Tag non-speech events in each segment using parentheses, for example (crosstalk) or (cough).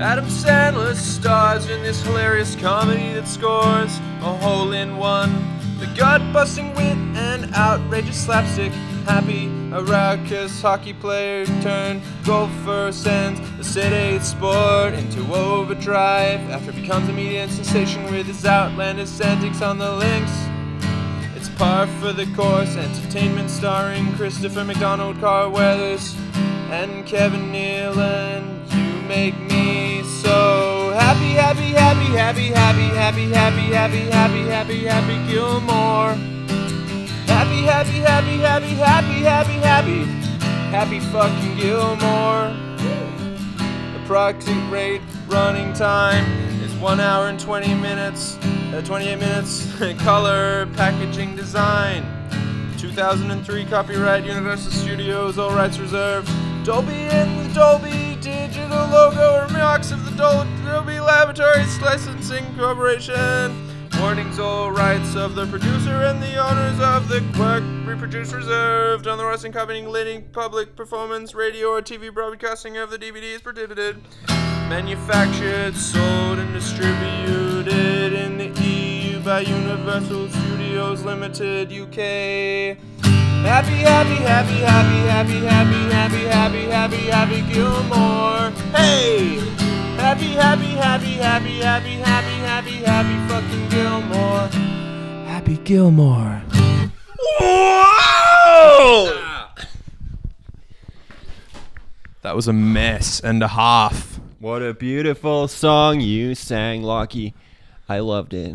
Adam Sandler stars in this hilarious comedy that scores a hole in one. The gut busting wit and outrageous slapstick. Happy, a raucous hockey player turned golfer sends the sedate sport into overdrive after it becomes a media sensation with his outlandish antics on the links. It's par for the course, entertainment starring Christopher McDonald, Carl Weathers, and Kevin Nealon. You make me so happy, happy, happy, happy, happy, happy, happy, happy, happy, happy, happy Gilmore. Happy, happy, happy, happy, happy, happy, happy, happy fucking Gilmore. The approximate rate running time is 1 hour and 20 minutes, uh, 28 minutes. (laughs) Color packaging design 2003 copyright Universal Studios, all rights reserved. Dolby and the Dolby digital logo remarks of the Dol- Dolby Laboratories Licensing Corporation. Warnings all rights of the producer and the owners of the work reproduced reserved on the rights accompanying any public performance, radio or TV broadcasting of the DVD is prohibited. Manufactured, sold, and distributed in the EU by Universal Studios Limited UK. Happy, happy, happy, happy, happy, happy, happy, happy, happy, happy Gilmore. Hey! Happy, happy, happy, happy, happy, happy, happy, happy fucking Gilmore. Happy Gilmore. Whoa! That was a mess and a half. What a beautiful song you sang, Lockie. I loved it.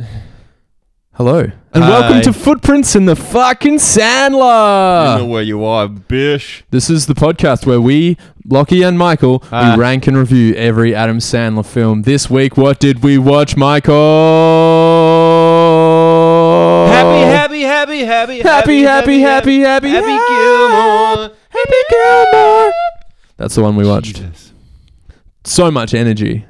Hello. And welcome Hi. to Footprints in the fucking I Sandler. know where you are, bish. this is the podcast where we, Lockie and Michael, Ah. we rank and review every Adam Sandler film. This week, what did we watch, Michael? Happy, happy, happy, happy, Oh. happy, happy, happy, happy, Gilmore. Happy Gilmore. That's the one we watched. Jesus. So much energy.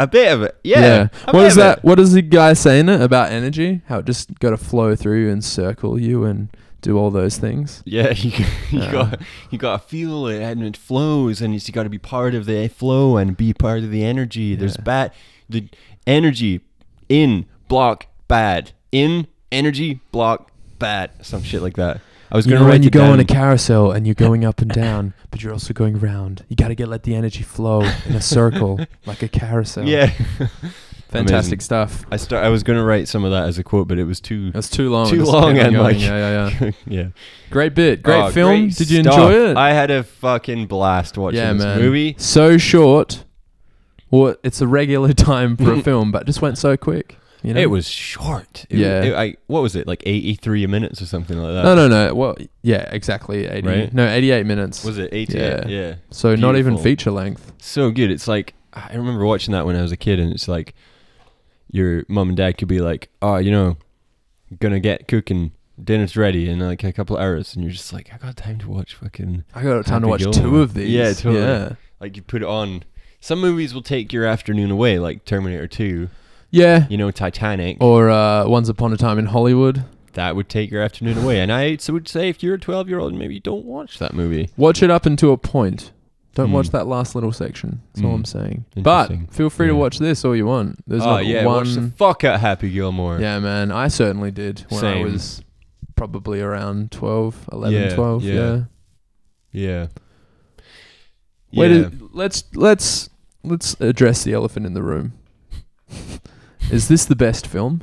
A bit of it. Yeah. a What bit is of that? it. What does the guy say in it about energy? How it just got to flow through and circle you and do all those things. Yeah, (laughs) you, g- you Yeah. got you got to feel it and it flows, and it's, you got to be part of the flow and be part of the energy. There's Yeah. bad, the energy in block bad in energy block bad some shit like that. I was You gonna know write when you it go on down. a carousel and you're going up and down, but you're also going round. You got to get let the energy flow in a (laughs) circle like a carousel. Yeah, (laughs) fantastic Amazing. stuff. I start. I was gonna writ some of that as a quote, but it was too. That's too long. Too Just long keep on and, going. like- yeah, yeah, yeah. (laughs) yeah, Great bit, great Oh, film. great Did you stuff. enjoy it? I had a fucking blast watching yeah, this man. movie. so short. Well, it's a regular (laughs) time (laughs) for a film, but it just went so quick. You know, It was short. It- Yeah. it- I, what was it? Like eighty-three minutes or something like that. No, no, no. Well, yeah, exactly. Eighty. Right? No, eighty-eight minutes. Was it 88? Yeah. Yeah. so not even beautiful. feature length. So good. It's like, I remember watching that when I was a kid, and it's like, your mum and dad could be like, oh, you know, gonna get cooking, dinner's ready in like a couple of hours. And you're just like, I got time to watch fucking. I got time to Happy watch Gilmore. two of these. Yeah, totally. Yeah. Like, you put it on. Some movies will take your afternoon away, like Terminator 2, Yeah. you know, Titanic. Or uh, Once Upon a Time in Hollywood. That would take your afternoon away. And I so would say if you're a 12 year old, maybe don't watch that movie. Watch it up until a point. Don't watch Mm. that last little section. That's all Mm. I'm saying. But Interesting. feel free to Yeah. watch this all you want. There's oh, not yeah. one. Watch the fuck out Happy Gilmore. yeah, man. I certainly did when I Same. was probably around 12, 11, Yeah, 12. yeah. yeah. Yeah. Wait, yeah. let's let's let's address the elephant in the room. (laughs) Is this the best film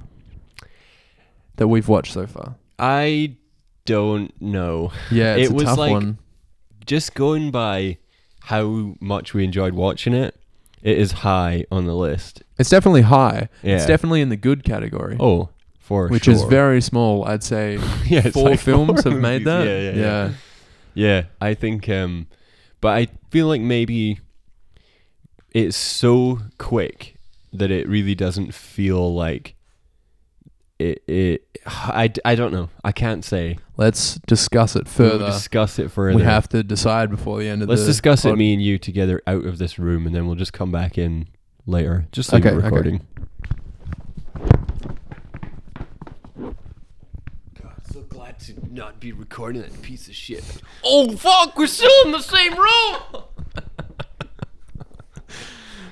that we've watched so far? I don't know. Yeah, it's It a was tough like- one. Just going by how much we enjoyed watching it, it is high on the list. It's definitely high. Yeah. It's definitely in the good category, oh, for which sure. is very small. I'd say (laughs) yeah, (laughs) it's four like films four have made movies. that. Yeah, yeah, yeah. Yeah, I think um but I feel like maybe it's so quick that it really doesn't feel like it, it I, d- I don't know. I can't say. Let's discuss it We'll further. discuss it further. We have to decide before the end of Let's the discuss it, pod- me and you together, out of this room, and then we'll just come back in later, just so okay, Okay, you're okay. recording. So glad to not be recording that piece of shit. (laughs) Oh fuck, we're still in the same room.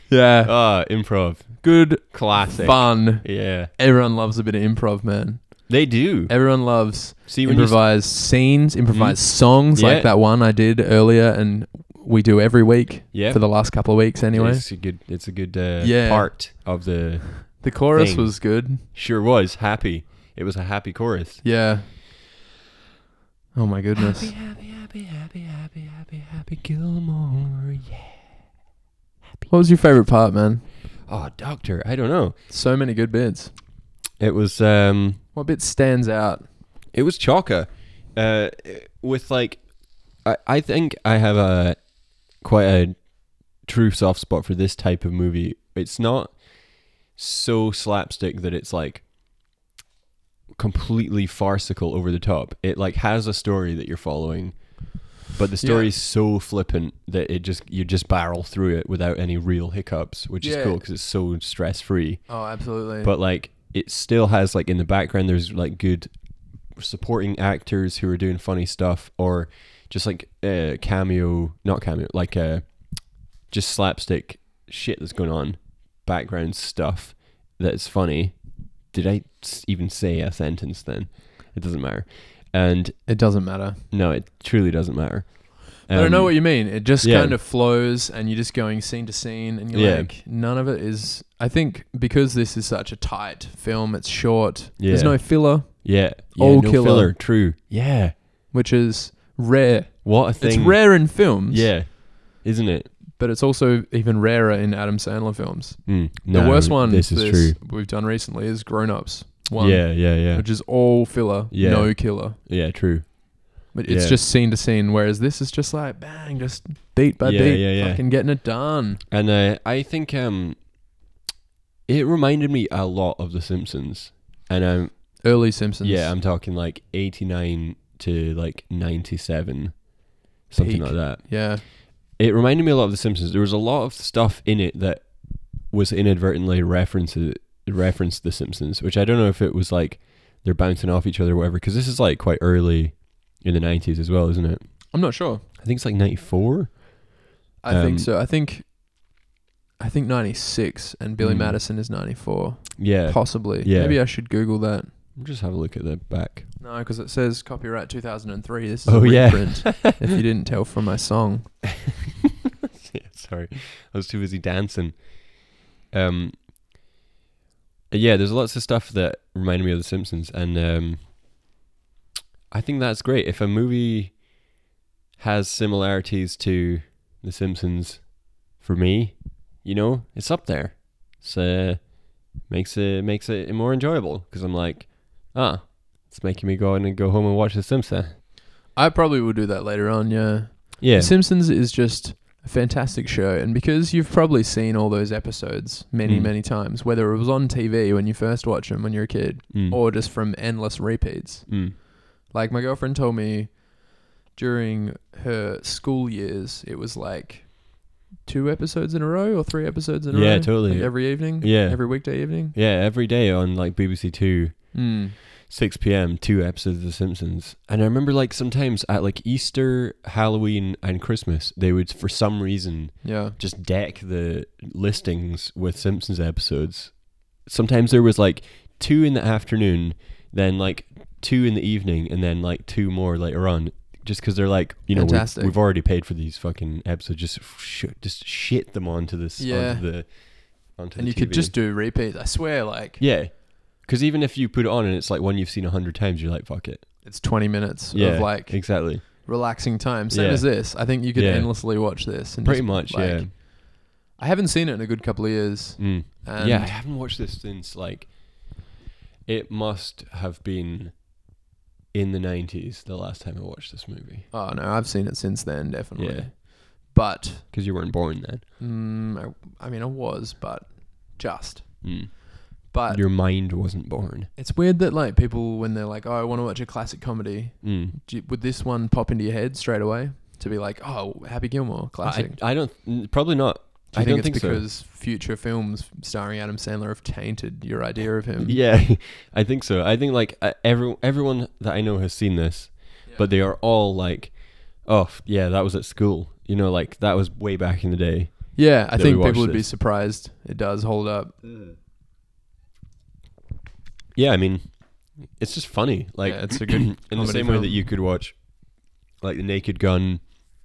Yeah. Ah, improv. Good Classic. fun. Yeah. Everyone loves a bit of improv, man. They do. Everyone loves See when you s- Mm. improvised scenes, improvised songs, Yeah. like that one I did earlier, and we do every week Yeah. for the last couple of weeks, anyway. It's a good it's a good uh, Yeah. part of the The chorus thing. was good. sure was happy. It was a happy chorus. Yeah. Oh my goodness. happy, happy, happy, happy, happy, happy Gilmore. Yeah. What was your favorite part, man? Oh, doctor, I don't know. So many good bits. It was um What bit stands out? It was Chalka, uh, with like, I, I think I have a quite a true soft spot for this type of movie. It's not so slapstick that it's like completely farcical over the top. It like has a story that you're following, but the story Yeah. is so flippant that it just you just barrel through it without any real hiccups, which Yeah. is cool because it's so stress free Oh, absolutely. but like it still has like in the background there's like good supporting actors who are doing funny stuff or just like uh cameo not cameo like uh just slapstick shit that's going on background stuff that's funny did i s- even say a sentence then it doesn't matter and it doesn't matter. no it truly doesn't matter I don't know Um, what you mean. It just yeah. kind of flows, and you're just going scene to scene, and you're Yeah. like, none of it is. I think because this is such a tight film, it's short. There's Yeah. no filler, yeah, yeah All no Oh, killer. filler true yeah which is rare. what a thing It's rare in films, yeah isn't it but it's also even rarer in Adam Sandler films. Mm, the no, worst one this is true we've done recently is Grown Ups one, yeah yeah yeah which is all filler, Yeah. no killer. Yeah, true. But it's Yeah. just scene to scene, whereas this is just like bang, just beat by Yeah, beat, yeah, yeah. fucking getting it done. And uh, I think um, it reminded me a lot of The Simpsons. And I'm Early Simpsons, yeah, I'm talking like 89 to like 97, something Peak. like that. yeah. It reminded me a lot of The Simpsons. There was a lot of stuff in it that was inadvertently referenced referenced The Simpsons, which I don't know if it was like they're bouncing off each other or whatever. Because this is like quite early in the 90s as well, isn't it? I'm not sure. I think it's like 94. I think Um, so. I think I think 96 and Billy Mm. Madison is 94. Yeah, Possibly. Uh, Yeah. Maybe I should google that. just have a look at the back. No, cuz it says copyright 2003. This is Oh, a yeah. reprint. if you didn't tell from my song. (laughs) Yeah, sorry, I was too busy dancing. Um, yeah, there's lots of stuff that reminded me of The Simpsons, and um, I think that's great. If a movie has similarities to The Simpsons, for me, you know, it's up there. So makes it makes it more enjoyable because I'm like, ah, it's making me go in and go home and watch The Simpsons. I probably will do that later on, yeah. Yeah, Simpsons is just a fantastic show and because you've probably seen all those episodes many Mm. many times whether it was on TV when you first watched them when you were a kid Mm. or just from endless repeats. Mm. Like my girlfriend told me during her school years, it was like two episodes in a row or three episodes in a row. Yeah, totally. Like every evening. Yeah. Every weekday evening. yeah. Every day on like BBC Two, Mm. 6 p.m. two episodes of The Simpsons, and I remember like sometimes at like Easter, Halloween, and Christmas, they would for some reason Yeah. just deck the listings with Simpsons episodes. Sometimes there was like two in the afternoon, then like two in the evening, and then like two more later on. Just because they're like, you know, we've, Fantastic. we've already paid for these fucking episodes, just sh- just shit them onto this, Yeah. onto the, onto And the you could TV. just do repeats. I swear, like, Yeah. Because even if you put it on and it's like one you've seen a hundred times, you're like, fuck it. it's 20 minutes of like exactly. relaxing time. Same Yeah. as this. I think you could Yeah. endlessly watch this. And Pretty just, much, like- yeah. I haven't seen it in a good couple of years. Mm. And yeah, I haven't watched this since like it must have been in the nineties the last time I watched this movie Oh, no, I've seen it since then, definitely. Yeah. But, because you weren't born then. mm, I, I mean, I was, but just. Mm. But Your mind wasn't born. It's weird that like people when they're like, "Oh, I want to watch a classic comedy," Mm. do you, would this one pop into your head straight away to be like, "Oh, Happy Gilmore, I, classic"? I don't. n- Probably not. do you I think don't it's think so. because future films starring Adam Sandler have tainted your idea of him? Yeah, (laughs) I think so. I think like uh, every everyone that I know has seen this, but they are all like, "Oh, f- yeah, that was at school." You know, like that was way back in the day. Yeah, I that we think watched people would be this. surprised. It does hold up. Yeah, I mean, it's just funny. Like Yeah, it's a (clears throat) good in the comedy same way film. that you could watch like the Naked Gun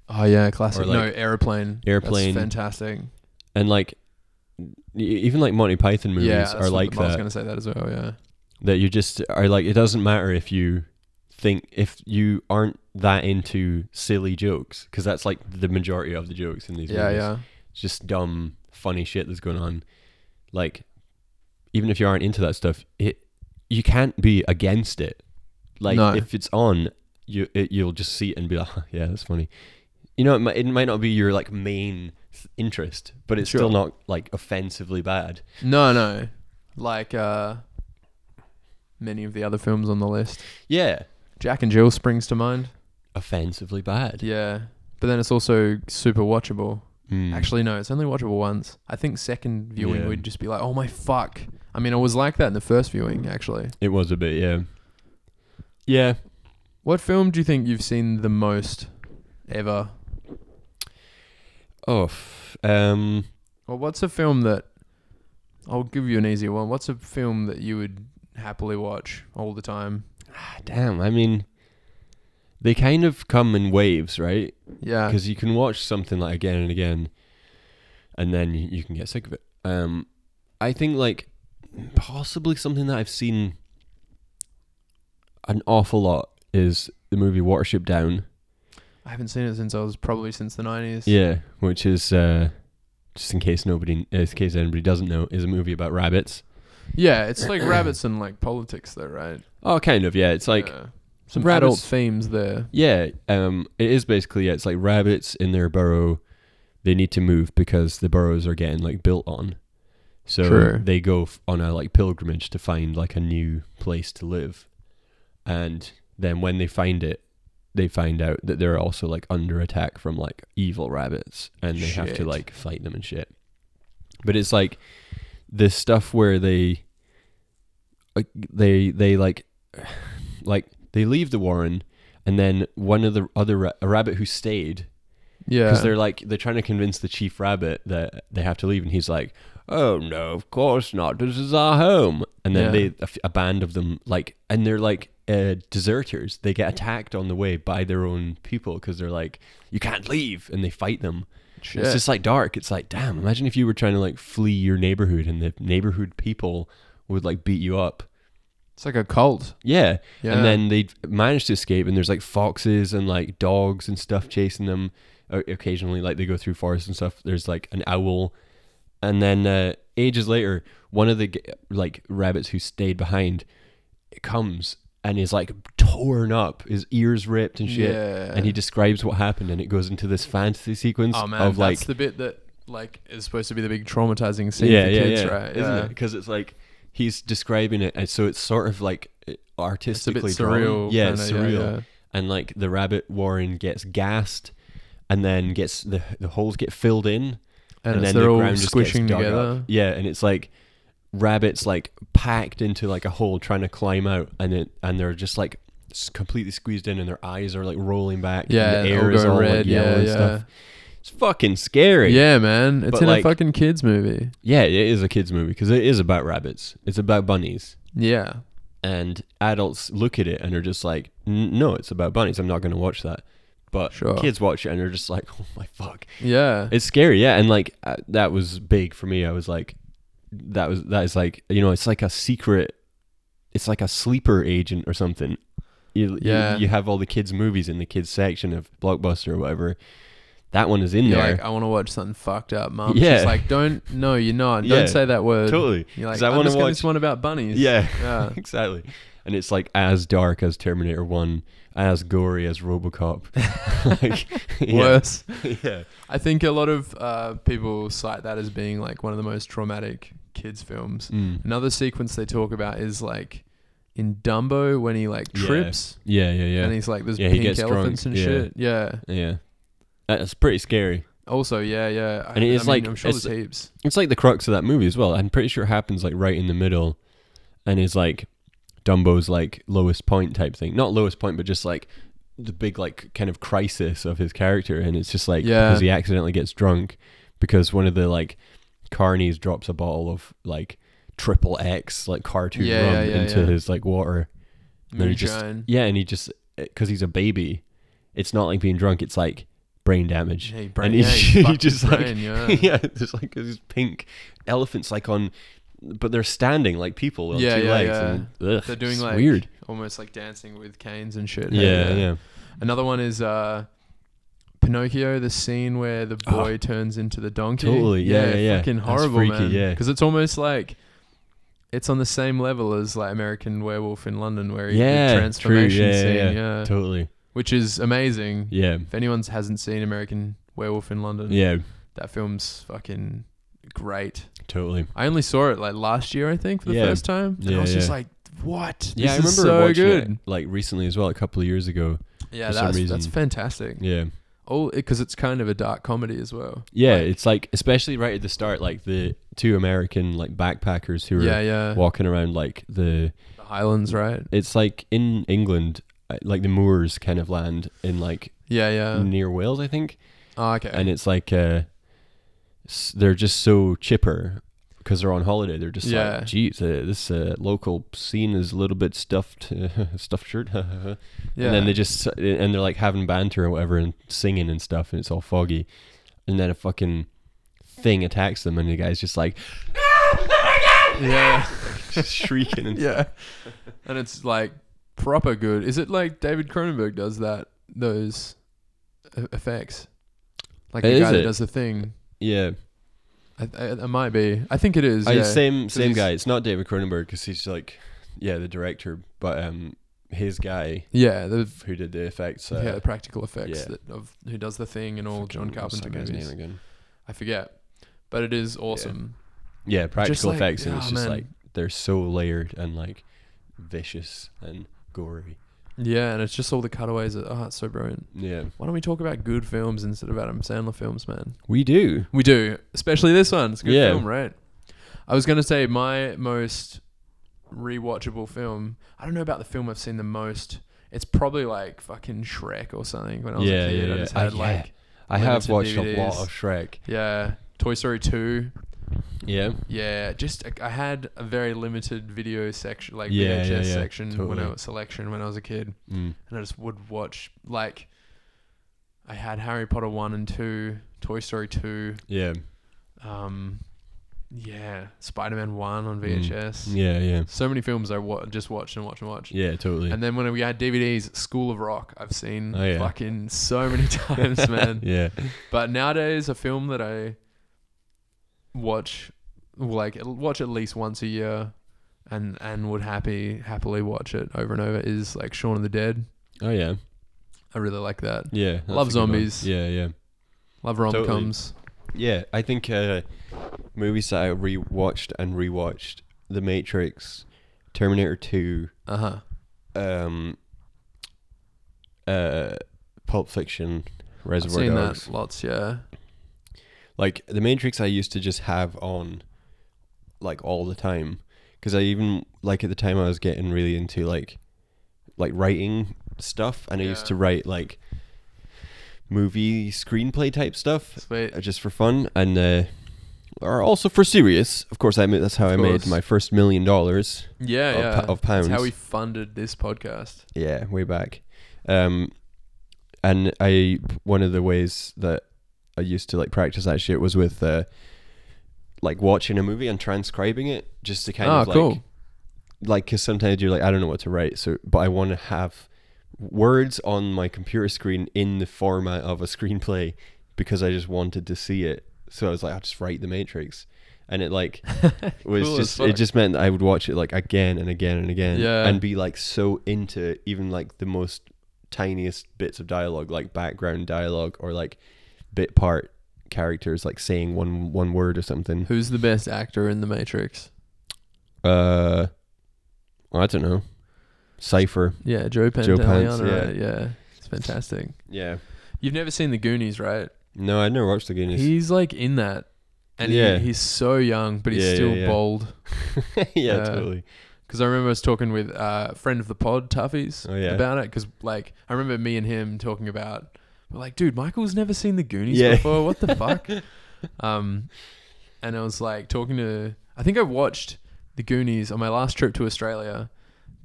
Oh yeah, classic. Or, like, no, airplane. Airplane. That's fantastic. and like e- even like Monty Python movies yeah, that's are what- like I was that. gonna say that as well. Yeah. That you just are like it doesn't matter if you think if you aren't that into silly jokes because that's like the majority of the jokes in these Yeah, movies. yeah. It's just dumb, funny shit that's going on. Like, even if you aren't into that stuff, it you can't be against it. Like, No. if it's on, you it, you'll just see it and be like, (laughs) "Huh, yeah, that's funny. You know, it might, it might not be your like main th- interest, but it's still Sure. not like offensively bad. No, no. Like uh, many of the other films on the list, Yeah, Jack and Jill springs to mind. offensively bad. Yeah, but then it's also super watchable. Mm. Actually, no, it's only watchable once. I think second viewing Yeah. would just be like, oh my fuck. I mean, I was like that in the first viewing, actually. it was a bit, yeah, yeah. What film do you think you've seen the most ever? Oh, f- um, Or what's a film that. I'll give you an easier one. What's a film that you would happily watch all the time? ah, damn. I mean, they kind of come in waves, right? Yeah. because you can watch something like again and again, and then you, you can get sick of it. Um, I think like possibly something that I've seen an awful lot is the movie Watership Down. I haven't seen it since I was probably since the 90s. Yeah, which is uh, just in case nobody, in case anybody doesn't know, is a movie about rabbits. Yeah, it's like rabbits and like politics, though, right? Oh, kind of. Yeah, it's like Yeah. some rabbits- adult themes there. Yeah, um, it is basically yeah, it's like rabbits in their burrow. They need to move because the burrows are getting like built on. So True. they go f- on a like pilgrimage to find like a new place to live, and then when they find it, they find out that they're also like under attack from like evil rabbits, and they have to Shit. like fight them and shit. But it's like the stuff where they like they they like (sighs) like they leave the warren and then one of the other ra- a rabbit who stayed because Yeah, they're like they're trying to convince the chief rabbit that they have to leave and he's like oh no of course not this is our home and then Yeah. they a, f- a band of them like and they're like uh, deserters they get attacked on the way by their own people because they're like you can't leave and they fight them Shit. it's just like dark it's like damn imagine if you were trying to like flee your neighborhood and the neighborhood people would like beat you up it's like a cult. yeah. Yeah. And then they manage to escape, and there's like foxes and like dogs and stuff chasing them. O- Occasionally, like they go through forests and stuff. There's like an owl. And then uh, ages later, one of the g- like rabbits who stayed behind comes and is like torn up, his ears ripped and shit. Yeah. And he describes what happened, and it goes into this fantasy sequence Oh man, of like that's the bit that like is supposed to be the big traumatizing scene for kids, right? Isn't it? Because it's like he's describing it, and so it's sort of like artistically drawn. surreal, Yeah, it's kinda, yeah, surreal. yeah. And like the rabbit Warren gets gassed, and then gets the the holes get filled in, And, it's then they're the all ground just gets squishing dug up. together. Yeah, and it's like rabbits like packed into like a hole trying to climb out, and it and they're just like s- completely squeezed in, and their eyes are like rolling back. Yeah, and the and all air is going all like, red, yeah, yellow and yeah. stuff. It's fucking scary. Yeah, man, it's But, in like- a fucking kids movie. Yeah, it is a kids movie because it is about rabbits. It's about bunnies, Yeah, and adults look at it and are just like, "N- "No, it's about bunnies. I'm not going to watch that." But Sure. kids watch it and are just like, (laughs) "Oh my fuck, yeah, it's scary." Yeah, and like uh, that was big for me. I was like, "That was that is like you know, it's like a secret, it's like a sleeper agent or something." You, you- Yeah. you, have all the kids' movies in the kids section of Blockbuster or whatever. That one is in you're there. like I want to watch something fucked up, mom. Yeah. she's like, don't, no, you're not. Don't Yeah, say that word. totally. You're like, 'Cause I I'm wanna just gonna watch- this one about bunnies. Yeah. (laughs) Yeah. exactly. And it's like as dark as Terminator One, as gory as RoboCop. (laughs) (laughs) like, yeah, worse. (laughs) yeah, I think a lot of uh, people cite that as being like one of the most traumatic kids films. Mm. Another sequence they talk about is like in Dumbo when he like Yeah. trips yeah, yeah, yeah. and he's like there's Yeah, he pink gets drunk, elephants and yeah. shit. Yeah. yeah. That's pretty scary. Also, yeah, yeah. I- And it I is, mean, like, I'm sure it's- there's heaps. It's like the crux of that movie as well. I'm pretty sure it happens like right in the middle, and is like Dumbo's like lowest point type thing. Not lowest point, but just like the big like kind of crisis of his character, and it's just like Yeah. because he accidentally gets drunk. because one of the like carnies drops a bottle of like triple X like cartoon Yeah, rum yeah, yeah, into yeah. his like water. And then he just- Moonshine. Yeah, and he just because he's a baby, it's not like being drunk. It's like brain damage. Yeah, he and brain- he, (laughs) yeah, he he fucked his just like (laughs) brain, yeah, yeah. there's like these pink elephants like on, but they're standing like people on Yeah, two yeah, legs. yeah. And, ugh, They're doing it's like weird. almost like dancing with canes and shit. Yeah, yeah. Another one is uh, Pinocchio, the scene where the Oh. boy turns into the donkey. Totally, yeah, yeah, yeah. Fucking That's horrible, freaky, man. yeah. Because it's almost like it's on the same level as like American Werewolf in London, where he Yeah, the true, transformation yeah, yeah, scene, yeah. yeah, Totally. which is amazing. Yeah. If anyone hasn't seen American Werewolf in London, Yeah. that film's fucking great. Totally. I only saw it like last year, I think, for the Yeah. first time, and Yeah, I was just yeah. like, "What? Yeah, I this remember is so watching good." it like recently as well, a couple of years ago. Yeah, for some that's that's reason. fantastic. Yeah. Oh, because it's kind of a dark comedy as well. Yeah, Like- it's like especially right at the start, like the two American like backpackers who are yeah, yeah. walking around like the the Highlands, right? it's like in England, uh, like the moors kind of land in like Yeah, yeah. near Wales, I think, oh, okay. Mm. and it's like uh, s- they're just so chipper because they're on holiday. They're just Yeah. like, geez, uh, this uh, local scene is a little bit stuffed, (laughs) stuffed shirt, and yeah. (laughs) then they just and they're like having banter or whatever and singing and stuff, and it's all foggy, and then a fucking thing attacks them, and the guy's just like (laughs) yeah, just shrieking (laughs) and yeah. And it's like proper good. Is it like David Cronenberg does that? Those e- effects, like the Is guy it? that does the thing. yeah. I, I, it might be. I think it is. I, yeah. same same he's- guy. It's not David Cronenberg because he's like, yeah, the director, but um, his guy Yeah, the who did the effects. Uh, yeah the practical effects yeah. that of who does the thing and all fucking- John what's Carpenter that guy's movies. name again? I forget, but it is awesome. Yeah, practical like- effects, and oh, it's just man. like they're so layered and like vicious and gory. Yeah. and it's just all the cutaways. That, oh, it's so brilliant. Yeah, Why don't we talk about good films instead of Adam Sandler films, man? we do. We do, especially this one. It's a good Yeah. film, right? I was gonna say my most rewatchable film. I don't know about the film I've seen the most. It's probably like fucking Shrek or something. When I was Yeah, a kid, yeah, I just yeah. Oh, I- had yeah. like I have Limited watched a lot DVDs. of Shrek. yeah, Toy Story two. Yeah, Yeah, just I had a very limited video section, like Yeah, VHS yeah, yeah, section when I totally. was selection when I was a kid, mm. and I just would watch like I had Harry Potter one and two, Toy Story two, yeah, um, yeah, Spider Man one on Mm. VHS. yeah, yeah, So many films I wa- just watched and watched and watched. yeah. Totally. And then when we had DVDs, School of Rock, I've seen Oh, yeah. fucking so many (laughs) times, man. (laughs) yeah, But nowadays, a film that I watch, like watch at least once a year, and and would happy happily watch it over and over is like Shaun of the Dead. oh yeah, I really like that. yeah. that's Love a good one. zombies. Yeah, yeah. Love rom Totally. coms. Yeah, I think uh, movies that I rewatched and rewatched: The Matrix, Terminator Two, Uh huh. um, uh, Pulp Fiction, I've Reservoir seen Dogs. that lots. Yeah. Like The Matrix, I used to just have on, like all the time, because I even like at the time I was getting really into like, like writing stuff, and I used Yeah. to write like movie screenplay type stuff Sweet. uh, just for fun and uh, or also for serious. Of course, I made, that's how I made course. my first million dollars. Yeah, of yeah. pa- of That's pounds. how we funded this podcast. Yeah, way back. Um, and I one of the ways that I used to like practice that shit was with uh, like watching a movie and transcribing it just to kind Ah, of like cool. like because sometimes you're like I don't know what to write, so but I want to have words on my computer screen in the format of a screenplay because I just wanted to see it. So I was like, I'll just write The Matrix, and it (laughs) like was Cool as just it fuck. just meant that I would watch it like again and again and again, Yeah. and be like so into it, even like the most tiniest bits of dialogue, like background dialogue or like bit part characters like saying one one word or something. Who's the best actor in The Matrix? Uh, I don't know. Cipher. Yeah, Joe Joe Pants, Pantoliano. yeah. right? yeah. It's fantastic. Yeah. You've never seen The Goonies, right? No, I never watched the Guinness. He's like in that, and Yeah. he, he's so young, but he's Yeah, yeah, still yeah. bold. (laughs) yeah, uh, totally. Because I remember I was talking with uh, a friend of the pod, Tuffies, Oh, yeah. about it. Because like I remember me and him talking about, we're like, dude, Michael's never seen the Goonies Yeah. (laughs) before. What the fuck? um, and I was like talking to. I think I watched The Goonies on my last trip to Australia.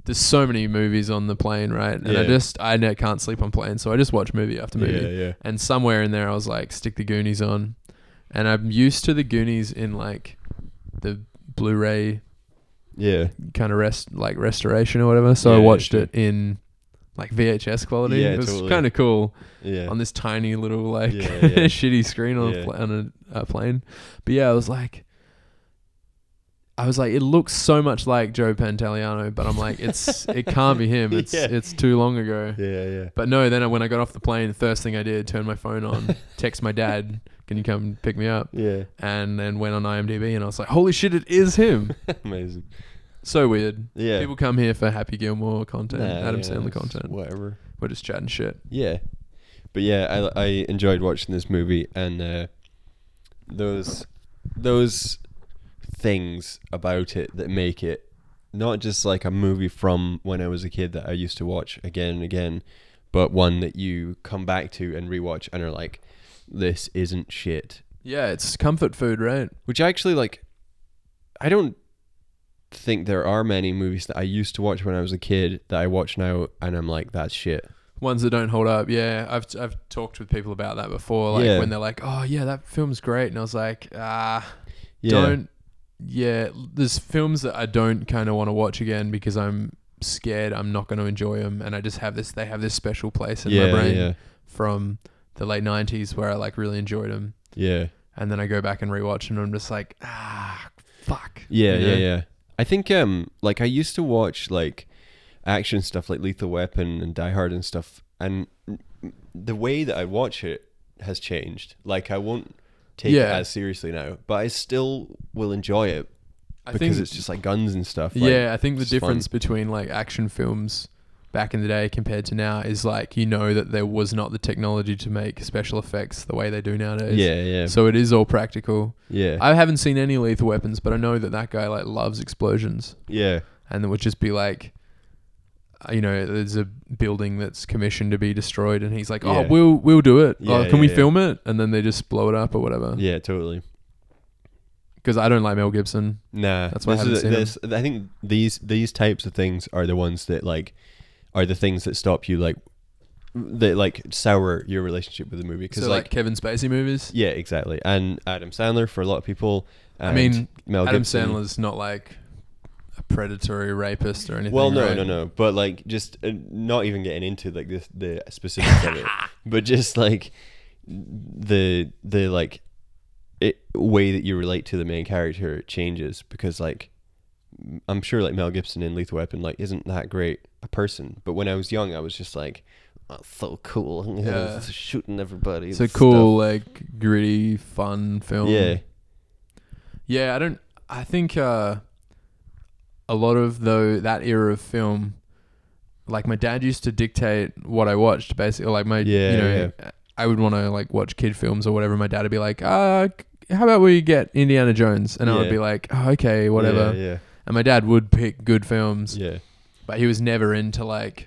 There's so many movies on the plane, right? And I Yeah. just I ne- can't sleep on planes, so I just watch movie after movie. yeah. And somewhere in there, I was like, stick the Goonies on. And I'm used to the Goonies in like the Blu-ray Yeah. kind of rest like restoration or whatever. So I Yeah, watched sure. it in like VHS quality. Yeah, it was totally. kind of cool Yeah. on this tiny little like (laughs) Yeah, yeah. shitty screen on a Yeah. pla- on a, a plane. But yeah, I was like, I was like, it looks so much like Joe Pantoliano, but I'm (laughs) like, it's it can't be him. It's Yeah. it's too long ago. yeah, yeah. But no, then I, when I got off the plane, the first thing I did, turn my (laughs) phone on, text my dad, can you come pick me up? Yeah. And then went on IMDb and I was like, holy shit, it is him. (laughs) Amazing. So weird. Yeah. People come here for Happy Gilmore content, Nah, Adam yeah, Sandler it's content. Whatever. We're just chatting shit. Yeah. But yeah, I, I enjoyed watching this movie and uh, those those things about it that make it not just like a movie from when I was a kid that I used to watch again and again, but one that you come back to and rewatch and are like, this isn't shit. Yeah, it's comfort food, right? Which I actually like. I don't think there are many movies that I used to watch when I was a kid that I watch now and I'm like, that's shit. Ones that don't hold up. Yeah, I've I've talked with people about that before. Like Yeah. when they're like, "Oh yeah, that film's great," and I was like, "Ah, don't." Yeah, there's films that I don't kind of want to watch again because I'm scared I'm not going to enjoy them, and I just have this. They have this special place in my yeah, brain yeah, from the late '90s where I like really enjoyed them, yeah. and then I go back and rewatch 'em and I'm just like, ah, fuck. Yeah, You yeah, know? yeah. I think um like I used to watch like action stuff like Lethal Weapon and Die Hard and stuff and the way that I watch it has changed. Like I won't take Yeah. it as seriously now, but I still will enjoy it I because think it's just like guns and stuff. like- yeah, I think the it's fun. difference between like action films back in the day compared to now is like you know that there was not the technology to make special effects the way they do nowadays. yeah, yeah. So it is all practical. yeah. I haven't seen any lethal weapons, but I know that that guy like loves explosions, yeah. and it would just be like, uh, you know, there's a building that's commissioned to be destroyed, and he's like, "Oh, Yeah. we'll we'll do it. oh, Yeah, can we yeah, yeah. film it?" And then they just blow it up or whatever. Yeah, totally. Because I don't like Mel Gibson. Nah, That's why I haven't is, seen 'em. this, I think these these types of things are the ones that like are the things that stop you like that like sour your relationship with the movie because So like, Kevin Spacey movies. Yeah, exactly. And Adam Sandler for a lot of people. I and mean, Mel Adam Gibson. Sandler's not like a predatory rapist or anything. Well, no, right? no, no. But like, just uh, not even getting into like this the specifics (laughs) of it, but just like the the like it, way that you relate to the main character changes because like I'm sure like Mel Gibson in Lethal Weapon like isn't that great a person, but when I was young, I was just like. Oh, so cool! (laughs) Yeah. shooting everybody. It's and a stuff." cool, like gritty, fun film. Yeah, yeah. I don't. I think uh, a lot of though that era of film, like my dad used to dictate what I watched. Basically, like my Yeah, you know, I would want to like watch kid films or whatever. My dad would be like, uh. How about we get Indiana Jones? And I would Yeah. be like, oh, okay, whatever. Yeah, And my dad would pick good films. yeah, yeah. but he was never into like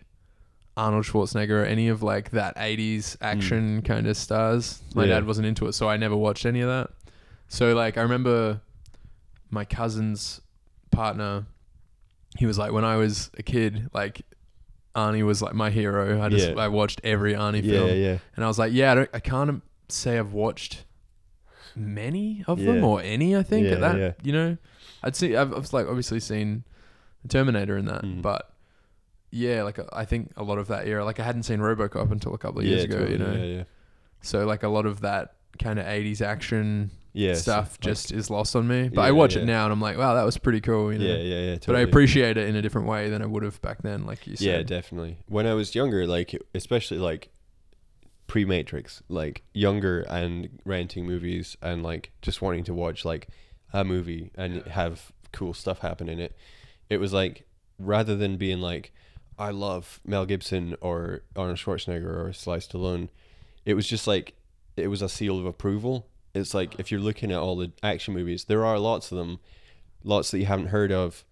Arnold Schwarzenegger or any of like that 80s action kind of stars. My Hmm. Yeah. dad wasn't into it, so I never watched any of that. So like I remember my cousin's partner he was like when I was a kid like Arnie was like my hero. I just Yeah. I watched every Arnie yeah, film. yeah. And I was like, yeah, I, don't, I can't say I've watched many of them Yeah. or any. I think Yeah, at that, yeah. you know, I'd see. I've, I've like obviously seen Terminator in that, Mm. but yeah, like uh, I think a lot of that era, like I hadn't seen RoboCop until a couple of yeah, years ago, totally, you know. Yeah, yeah. So like a lot of that kind of '80s action yeah, so, stuff like- just is lost on me. But I Yeah, watch it yeah. now and I'm like, wow, that was pretty cool, you know. yeah, yeah, yeah. But I Totally. appreciate it in a different way than I would have back then, like you said. Yeah, definitely. When I was younger, like especially like pre-Matrix, like younger and renting movies and like just wanting to watch like a movie and have cool stuff happen in it. It was like rather than being like I love Mel Gibson or Arnold Schwarzenegger or Sly Stallone, it was just like it was a seal of approval. It's like if you're looking at all the action movies, there are lots of them, lots that you haven't heard of,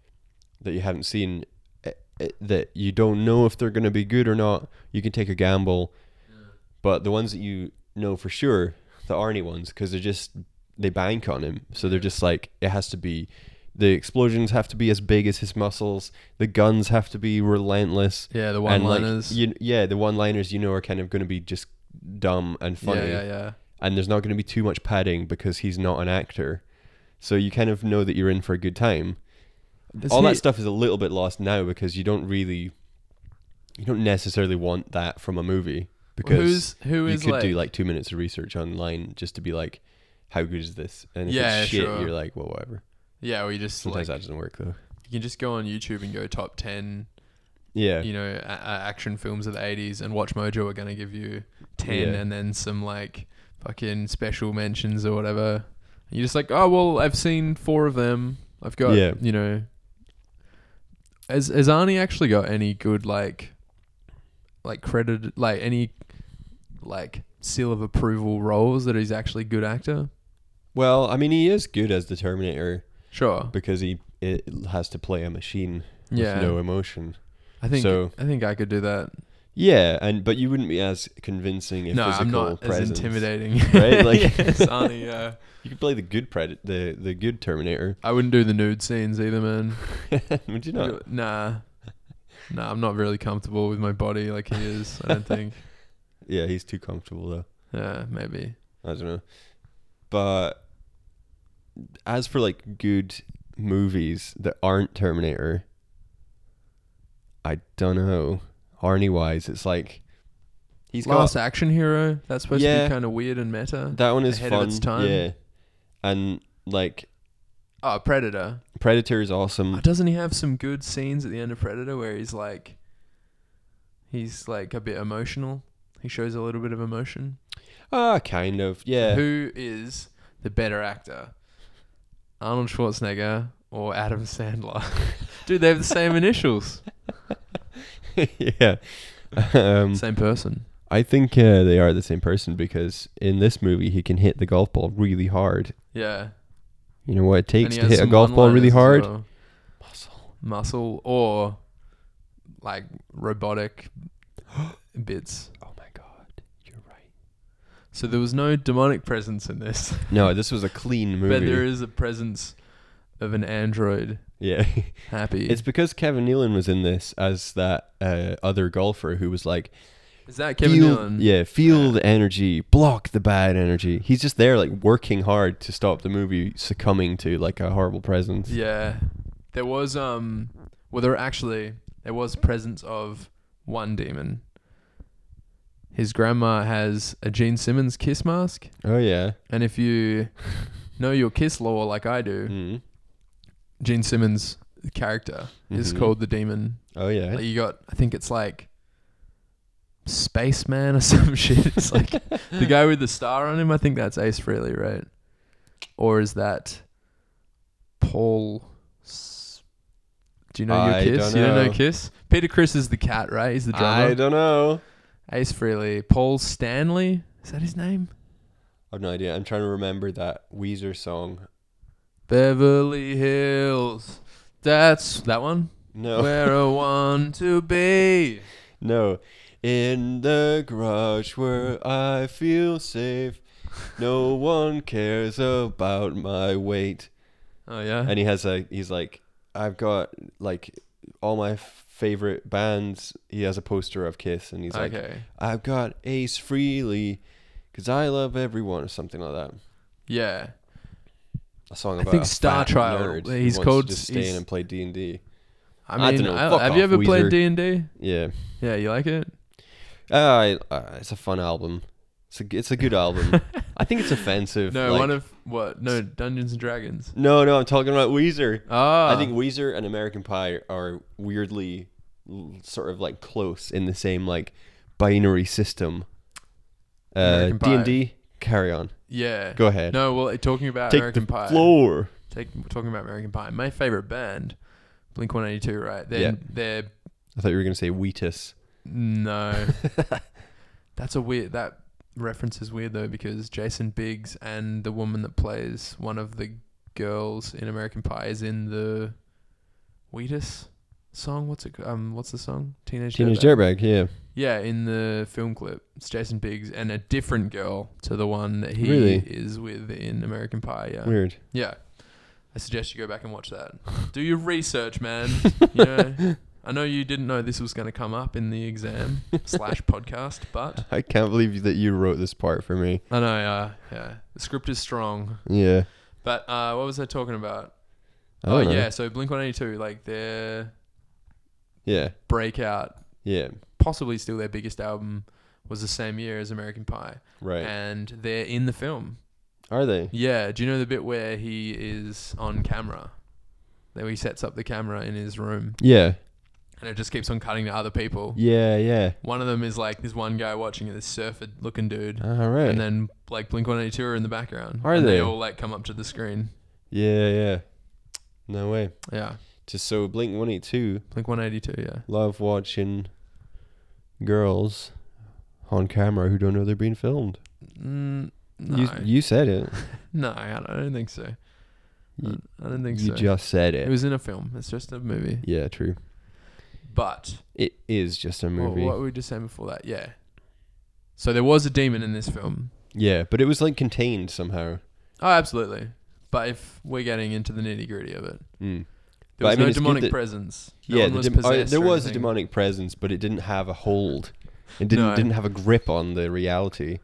that you haven't seen, eh, eh, that you don't know if they're going to be good or not. You can take a gamble, but the ones that you know for sure, the Arnie ones, because they're just they bank on him. So they're just like it has to be the explosions have to be as big as his muscles, the guns have to be relentless. Yeah, the and, one like, liners. you, yeah, the one-liners you know are kind of going to be just dumb and funny yeah, yeah, yeah. and there's not going to be too much padding because he's not an actor. So you kind of know that you're in for a good time. Does All he- that stuff is a little bit lost now because you don't really, you don't necessarily want that from a movie because Who's who you is could like, do like two minutes of research online just to be like, how good is this? And if Yeah, it's shit, sure. you're like, well, whatever. yeah, or you just Sometimes like that doesn't work though. you can just go on YouTube and go top ten, Yeah, you know, a- a- action films of the '80s, and Watch Mojo are gonna give you ten, Yeah. and then some like fucking special mentions or whatever. And you're just like, oh well, I've seen four of them. I've got, Yeah. you know. Has has Arnie actually got any good like, like credit, like any, like seal of approval roles that he's actually good actor? Well, I mean, he is good as the Terminator Sure. because he it has to play a machine with Yeah. no emotion. I think So- I think I could do that. Yeah, and but you wouldn't be as convincing if No, physical I'm not presence. as intimidating. (laughs) (laughs) Right? Like- (laughs) yes, Arnie, yeah. You could play the good Predator, the the good Terminator. (laughs) I wouldn't do the nude scenes either, man. Would you not? Nah. Nah, I'm not really comfortable with my body like he is, (laughs) I don't think. Yeah, he's too comfortable though. Yeah, maybe. I don't know. But as for like good movies that aren't Terminator, I don't know. Arnie wise, it's like he's Last got Action Hero, that's supposed Yeah. to be kind of weird and meta. that one is ahead of fun. its time. Yeah, and like Oh, Predator. Predator is awesome. Oh, doesn't he have some good scenes at the end of Predator where he's like he's like a bit emotional? He shows a little bit of emotion. Ah, kind of. Yeah. Who is the better actor? Arnold Schwarzenegger or Adam (laughs) Sandler? Dude, they have the same initials. (laughs) (laughs) yeah. Um, Same person. I think uh, they are the same person because in this movie he can hit the golf ball really hard. Yeah. You know what it And takes he to has hit a some golf ball really one-liners hard? as well. Muscle. Muscle or like (gasps) robotic bits. Oh my god, you're right. So there was no demonic presence in this, (laughs) No, this was a clean movie. but there is a presence of an android (laughs) (laughs) yeah. happy. it's because Kevin Nealon was in this as that uh, other golfer who was like is that Kevin feel, Nealon? Yeah, feel the energy, block the bad energy. He's just there like working hard to stop the movie succumbing to like a horrible presence. Yeah. There was um well there actually there was presence of one demon. His grandma has a Gene Simmons kiss mask. Oh yeah. And if you know your kiss lore like I do, Mm. Gene Simmons character is Mhm. called the demon. Oh yeah. Like you got I think it's like Spaceman or (laughs) some shit. It's like the guy with the star on him, I think that's Ace Frehley, right? Or is that Paul? S- Do you know your I Kiss? don't You don't know know. Kiss? Peter Chris is the cat, right? He's the I drummer. don't know. Ace Frehley, Paul Stanley, is that his name? I've no idea. I'm trying to remember that Weezer song. Beverly Hills. That's that one. No, Where I want to be. (laughs) no. In the garage where I feel safe, no one cares about my weight. Oh yeah. (laughs) And he has a. He's like, I've got like all my f- favorite bands. He has a poster of Kiss, and he's like, okay. I've got Ace Freely, because I love everyone, or something like that. Yeah. A song I about think a Star fat Child, nerd who wants he's to called- just stay he's- in and play D and D. I I mean, dunno, I- fuck have you off, ever played Weezer. D and D? Yeah. Yeah, you like it? Uh, I- uh, it's a fun album. It's a g- it's a good (laughs) album. I think it's offensive. No, like- one of what? No, Dungeons and Dragons. no, no. I'm talking about Weezer. Ah, I think Weezer and American Pie are weirdly l- sort of like close in the same like binary system. Uh, D American Pie. and D. Carry on. yeah. Go ahead. No, well, talking about Take American the Pie. floor. Take talking about American Pie. My favorite band, Blink One Eighty Two. Right? They're, Yeah. They're I thought you were gonna say Wheatus. (laughs) no. That's a weird. That reference is weird though because Jason Biggs and the woman that plays one of the girls in American Pie is in the Wheatus song. What's it? Um, what's the song? Teenage. Teenage Dirtbag. Dirtbag. Yeah. Yeah, in the film clip, it's Jason Biggs and a different girl to the one that he Really? is with in American Pie. Yeah, Weird. yeah. I suggest you go back and watch that. Do your research, man. (laughs) you know, I know you didn't know this was going to come up in the (laughs) exam slash podcast, but I can't believe that you wrote this part for me. I know. Uh, yeah, the script is strong. Yeah. Uh-huh. But uh, what was I talking about? I oh don't know. yeah, so Blink One Eighty Two, like their Yeah. breakout, Yeah. possibly still their biggest album, was the same year as American Pie, Right. and they're in the film. Are they? Yeah, do you know the bit where he is on camera? That he sets up the camera in his room, Yeah. and it just keeps on cutting to other people. Yeah. Yeah. One of them is like this one guy watching it, this surfer looking dude, All right. and then like Blink One Eighty Two are in the background. Are and they? all like come up to the screen? yeah. Yeah. No way. Yeah, Just so Blink One Eight Two Blink One Eighty Two. Yeah. love watching girls on camera who don't know they're being filmed. Mm, no. You you said it. No, I don't, I don't think so. You- I don't think you so. just said it. It was in a film. It's just a movie. yeah. True. But It is just a well, movie. what were we just saying before that? Yeah. So there was a demon in this film. Yeah, but it was like contained somehow. Oh, absolutely. But if we're getting into the nitty gritty of it, Mm. But I there was mean, no it's good demonic that- presence. No yeah, one the was dem- uh, possessed there or was a anything. demonic presence, but it didn't have a hold. It didn't No. didn't have a grip on the reality.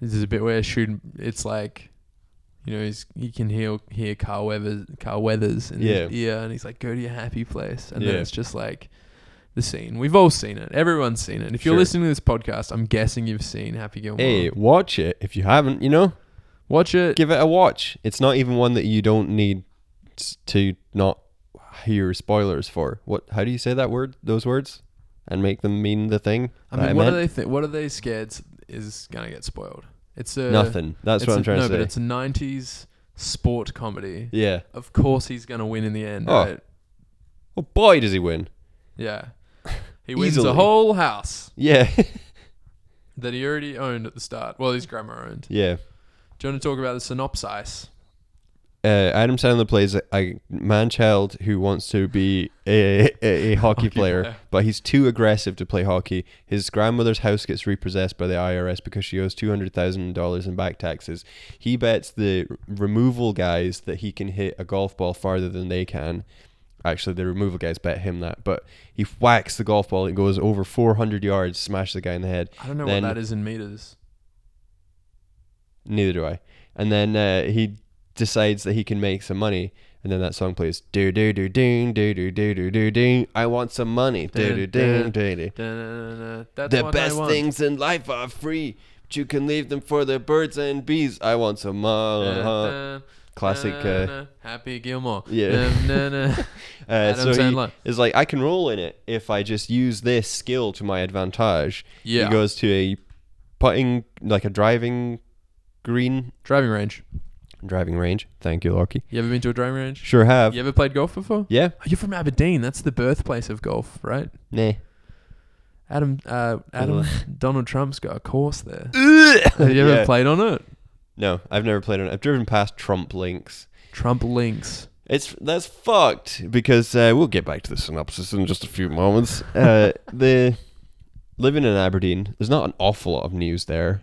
This is a bit where shoot. It's like, you know, he's he can hear hear Carl Weathers, Carl Weathers in his Yeah. ear, and he's like, "Go to your happy place," and then Yeah. it's just like the scene. We've all seen it. Everyone's seen it. If you're Sure. listening to this podcast, I'm guessing you've seen Happy Gilmore. Hey, watch it if you haven't. You know, Watch it. give it a watch. It's not even one that you don't need s- to not hear spoilers for. What? How do you say that word? Those words, and make them mean the thing. I that mean, what are meant? they? Th- what are they scared s- is gonna get spoiled? It's a Nothing. That's uh, it's what a- I'm trying no, to but say. it's a '90s sport comedy. yeah. Of course, he's gonna win in the end. Oh. Right? Oh boy, does he win! Yeah, he wins Easily. a whole house Yeah, (laughs) that he already owned at the start. Well, his grandma owned. yeah. Do you want to talk about the synopsis? uh, Adam Sandler plays a, a man child who wants to be a, a, a (laughs) hockey player, player. but he's too aggressive to play hockey. His grandmother's house gets repossessed by the IRS because she owes $200,000 in back taxes. He bets the r- removal guys that he can hit a golf ball farther than they can. Actually, the removal guys bet him that, but he whacks the golf ball. It goes over 400 yards, smashes the guy in the head. I don't know Then- what that is in meters. Neither do I. And then uh, he decides that he can make some money. And then that song plays do do do ding do do do do do ding. I want some money. Do do ding do do. Da-na-na-na-na. That's The what I best want. things in life are free, but you can leave them for the birds and bees. I want some money. Da-da, Uh-huh. Classic. Uh, da-na-na. Happy Gilmore. (laughs) yeah. Da-na-na. uh, Adam so he Sandler. is like, I can roll in it if I just use this skill to my advantage. Yeah. He goes to a putting like a driving green driving range. driving range. Thank you, Lorky. You ever been to a driving range? Sure have. You ever played golf before? Yeah. Oh, You're from Aberdeen. That's the birthplace of golf, right? Nah. Adam, uh, Adam, Donald Trump's got a course (laughs) there. Have Have you ever played on it? No, I've never played on. I've driven past Trump links. Trump links. It's that's fucked because uh, we'll get back to the synopsis in just a few moments. (laughs) Uh, the living in Aberdeen, there's not an awful lot of news there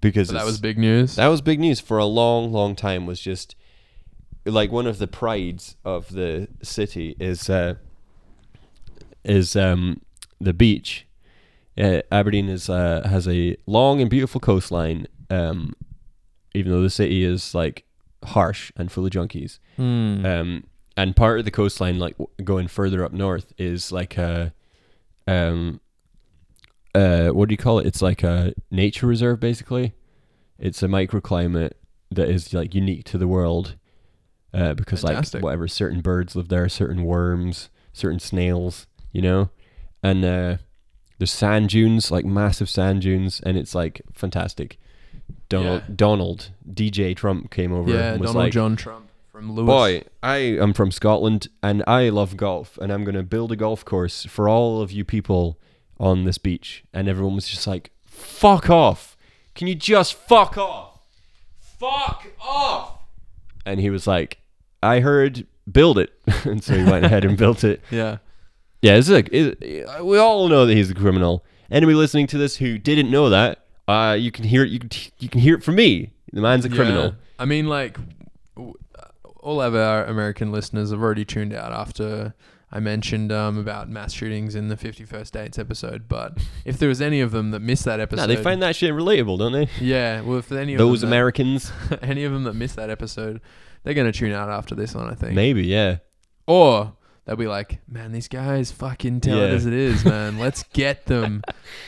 because But that it's- was big news. that was big news for a long, long time. Was just like one of the prides of the city is uh, is um, the beach. Uh, Aberdeen is uh, has a long and beautiful coastline, um, even though the city is like harsh and full of junkies. Hmm. Um, and part of the coastline, like w- going further up north, is like a, um, uh, what do you call it? It's like a nature reserve, basically. It's a microclimate that is like unique to the world, uh, because Fantastic. like whatever certain birds live there, certain worms, certain snails, you know, and uh, there's sand dunes, like massive sand dunes, and it's like fantastic. Donald, Yeah. Donald, DJ Trump came over. yeah, and was Donald like, John Trump from Lewis. Boy, I am from Scotland and I love golf, and I'm going to build a golf course for all of you people on this beach. And everyone was just like, fuck off. Can you just fuck off? Fuck off. And he was like, I heard build it. (laughs) and so he went ahead and built it. Yeah. uh, Yeah, it's like, it, we all know that he's a criminal. anybody listening to this who didn't know that, uh, you can hear it. You can you can hear it from me. The man's a criminal. I mean, like, w- uh, all of our American listeners have already tuned out after I mentioned um, about mass shootings in the 51st Dates episode. But if there was any of them that missed that episode, Nah, they find that shit relatable, don't they? yeah. Well, if any of Those them that- Americans, (laughs) any of them that missed that episode, they're gonna tune out after this one, I think. maybe, yeah. Or they'll be like, "Man, these guys fucking tell it Yeah. as it is, man. Let's get them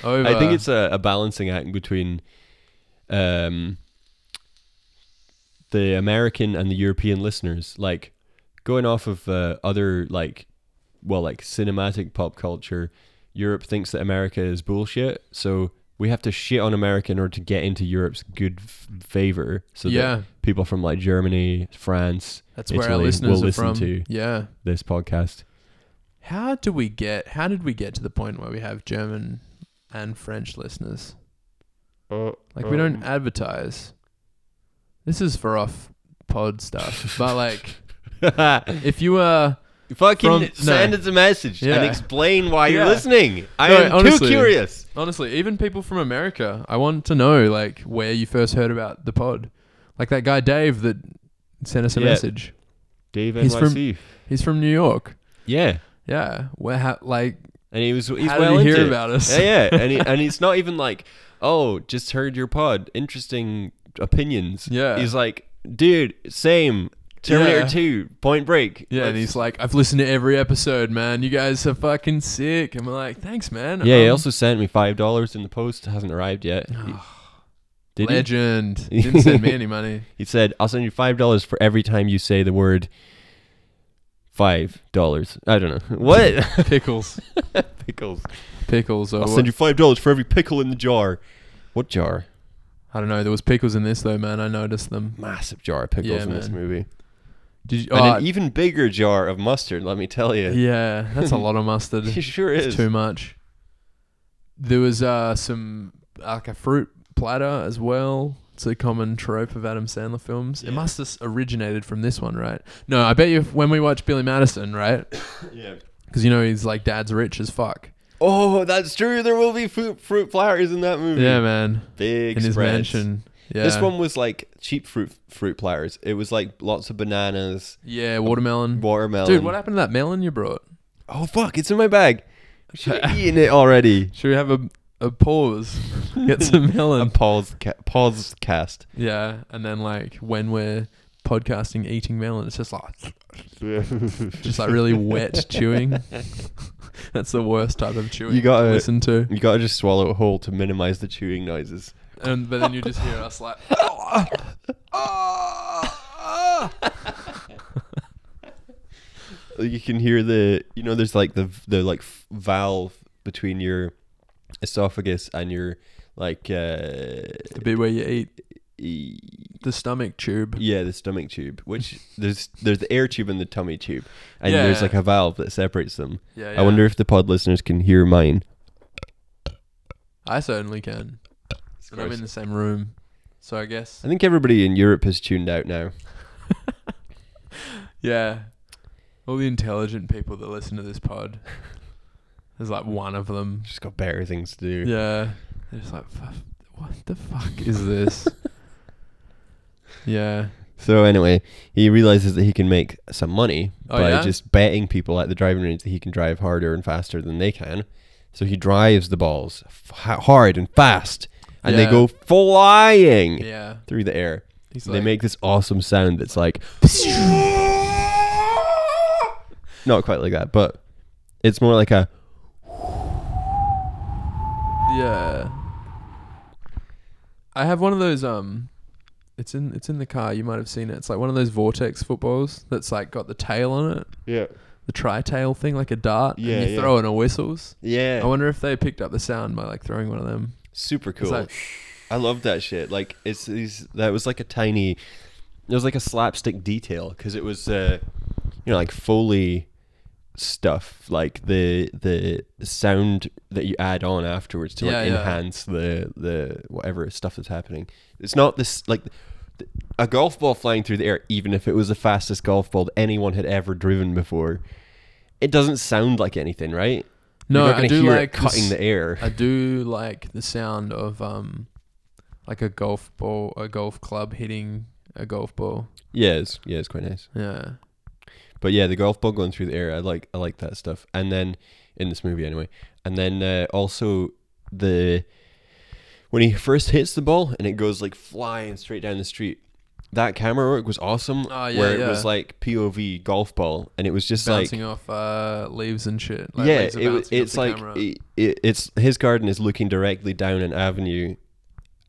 over." (laughs) I think it's a, a balancing act between um, the American and the European listeners. Like going off of uh, other like, well, like cinematic pop culture, Europe thinks that America is bullshit, so we have to shit on America in order to get into Europe's good f- favor. So Yeah. that people from like Germany, France, that's where our Italy listeners will are listen from. to Yeah. this podcast. How do we get? How did we get to the point where we have German and French listeners? Like we don't advertise. This is for off pod stuff, (laughs) but like if you were Fucking From- no. send us a message Yeah. and explain why you're Yeah. listening. I No, am too honestly. curious. honestly, even people from America, I want to know like where you first heard about the pod. Like that guy Dave that sent us a Yeah. message. Dave He's from- He's from New York. yeah, Yeah, where ha- like and he was he's how well did he hear into it. about us? Yeah, yeah, and he, and (laughs) it's not even like, oh, just heard your pod, interesting opinions. Yeah. he's like, dude, same. Terminator Yeah. Two, Point Break. Yeah, and Let's- he's like, I've listened to every episode, man. You guys are fucking sick. And we're like, thanks, man. yeah. He Um, also sent me five dollars in the post. Hasn't arrived yet. (sighs) Did he? (laughs) legend. Didn't send me any money. He said, "I'll send you five dollars for every time you say the word." Five dollars. I don't know (laughs) what (laughs) Pickles. pickles. (laughs) Pickles. Or I'll what- send you five dollars for every pickle in the jar. What jar? I don't know. There was pickles in this, though, man. I noticed them. Massive jar of pickles Yeah, in this man. movie, Did you? and Oh, an even bigger jar of mustard. Let me tell you, yeah, that's a lot of (laughs) mustard. it sure It's is. too much. There was uh, some, like a fruit platter as well. It's a common trope of Adam Sandler films. It Yeah. must have s- originated from this one, right? No, I bet you if, when we watch Billy Madison, right? Yeah. Because you know he's like dad's rich as fuck. Oh, that's true. There will be fruit, fruit flowers in that movie. Yeah, man. big In his spreads. mansion. Yeah. This one was like cheap fruit fruit flowers. It was like lots of bananas, Yeah, watermelon. watermelon. Dude, what happened to that melon you brought? Oh fuck! It's in my (laughs) bag. I should have eaten it already. Should we have a (laughs) a pause? Get some A melon. pause, ca- pause cast. yeah, and then like when we're podcasting, eating melon, it's just like (laughs) just like really wet chewing. (laughs) That's the worst type of chewing. You gotta- to listen to, You gotta just swallow it whole to minimize the chewing noises. and but then you just hear us (laughs) like. You can hear the, you know, there's like the the like f- valve between your esophagus and your like, uh, The bit where you eat e- the stomach tube. yeah, the stomach tube. Which there's there's the air tube and the tummy tube, and there's Yeah. like a valve that separates them. Yeah, I wonder if the pod listeners can hear mine. I certainly can. And I'm in the same room, so I guess. I think everybody in Europe has tuned out now. Yeah. All the intelligent people that listen to this pod. There's like one of them. Just got better things to do. Yeah. They're just like, "F- what the fuck is (laughs) this? yeah. So anyway, he realizes that he can make some money Oh, by yeah? just betting people at the driving range that he can drive harder and faster than they can. So he drives the balls f- ha- hard and fast, and Yeah. they go flying Yeah. through the air. He's they like- make this awesome sound that's (laughs) like not quite like that, but it's more like a Yeah. I have one of those um it's in it's in the car, you might have seen it. It's like one of those vortex footballs that's like got the tail on it. yeah, The tri tail thing like a dart. Yeah, and you yeah. throw in a whistles. yeah, I wonder if they picked up the sound by like throwing one of them. super It's cool. like- I love that shit. Like it's these. That was like a tiny. It was like a slapstick detail because it was, uh, you know, like Foley stuff, like the the sound that you add on afterwards to like Yeah, yeah. enhance the the whatever stuff that's happening. It's not this like th- a golf ball flying through the air, even if it was the fastest golf ball that anyone had ever driven before. It doesn't sound like anything, right? No, You're not I gonna do hear like it cutting this- the air. I do like the sound of um, like a golf ball, a golf club hitting a golf ball. Yeah, it's yeah, it's quite nice. Yeah, But yeah, the golf ball going through the air, I like I like that stuff. And then in this movie anyway. And then uh, also the when he first hits the ball and it goes like flying straight down the street. That camera work was awesome. Oh, yeah, where yeah. it was like POV golf ball and it was just bouncing like off uh, leaves and shit. Like yeah, leaves are it, was- bouncing off it's the like camera. it, it, it's his garden is looking directly down an avenue,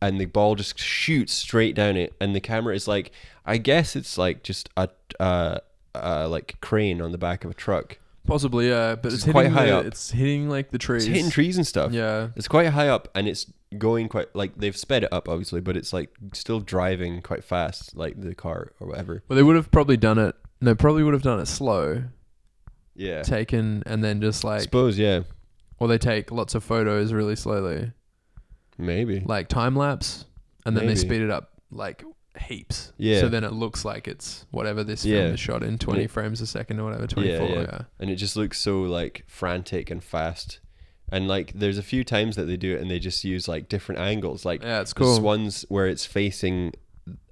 and the ball just shoots straight down it, and the camera is like, I guess it's like just a uh, uh like crane on the back of a truck. possibly yeah, but it's, it's quite hitting high the- up. It's hitting like the trees. It's hitting trees and stuff. Yeah, It's quite high up, and it's going quite like they've sped it up obviously, but it's like still driving quite fast, like the car or whatever. well they would have probably done it. No, probably would have done it slow, Yeah, taken and then just I like, suppose yeah, or they take lots of photos really slowly, maybe. like time lapse, and then Maybe. they speed it up like heaps. Yeah. So then it looks like it's whatever this Yeah. film is shot in, twenty frames a second or whatever, twenty four. yeah. Yeah, and it just looks so like frantic and fast and like there's a few times that they do it and they just use like different angles like Yeah, it's there's cool. ones where it's facing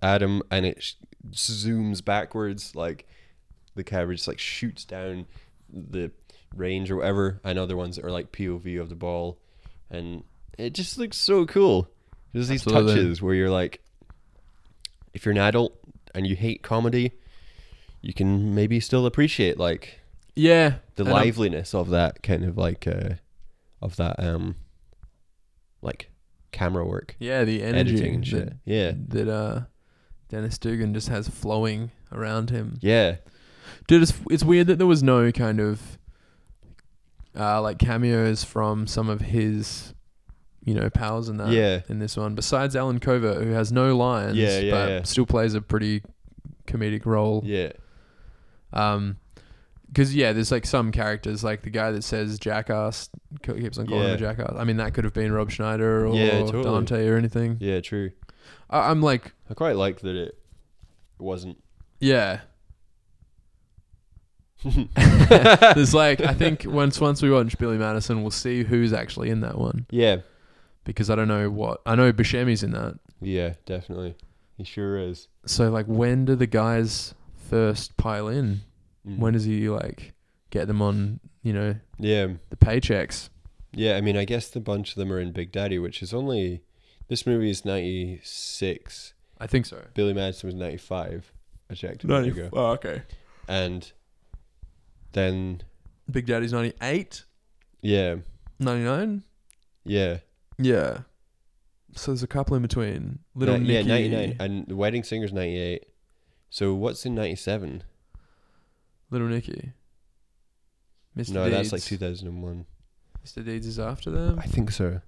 adam and it sh- zooms backwards like the camera just like shoots down the range or whatever and other ones that are like pov of the ball and it just looks so cool there's these Absolutely. touches where you're like if you're an adult and you hate comedy you can maybe still appreciate like yeah. the and um, I'm- liveliness of that kind of like uh of that um like camera work Yeah, the energy editing and that- shit yeah that uh Dennis Dugan just has flowing around him. yeah Dude, it's it's weird that there was no kind of uh like cameos from some of his you know pals and that Yeah. in this one besides Alan Covert who has no lines Yeah, yeah, but yeah. still plays a pretty comedic role. yeah Um 'cause because yeah, there's like some characters like the guy that says jackass co- keeps on calling him a Yeah. jackass. I mean, that could have been Rob Schneider or Yeah, totally. Dante or anything. yeah true I- I'm like i quite like that it wasn't (laughs) Yeah. There's like I think once once we watch Billy Madison, we'll see who's actually in that one yeah because I don't know what I know Buscemi's in that. yeah definitely he sure is So like, when do the guys first pile in? Mm. When does he like get them on? You know yeah the paychecks. yeah i mean i guess the bunch of them are in big daddy which is only this movie is 96 I think so. billy madison was 95 i checked a minute ago Oh, okay. and then Big Daddy's 98, yeah 99? yeah Yeah. So there's a couple in between. Little Ni- Nicky. Yeah, 99. And The Wedding Singer's 98. So what's in 97? Little Nicky. Mr. No, that's like Deeds. 2001. Mr. Deeds is after them. I think so. Um,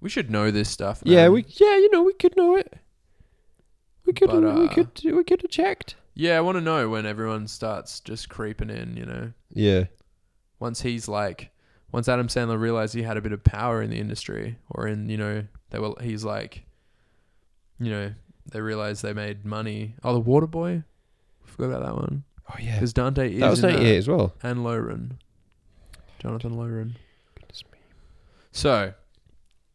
We should know this stuff. Yeah, man. we yeah, you know, we could know it. We could But, we uh, could we could have checked. Yeah, I want to know when everyone starts just creeping in. You know, Yeah. once he's like, once Adam Sandler realized he had a bit of power in the industry, or in you know, they were he's like, you know, they realized they made money. Oh, the Water Boy, forgot about that one Oh yeah. because Dante is That was in 98 as well. and Loren, Jonathan Loren. So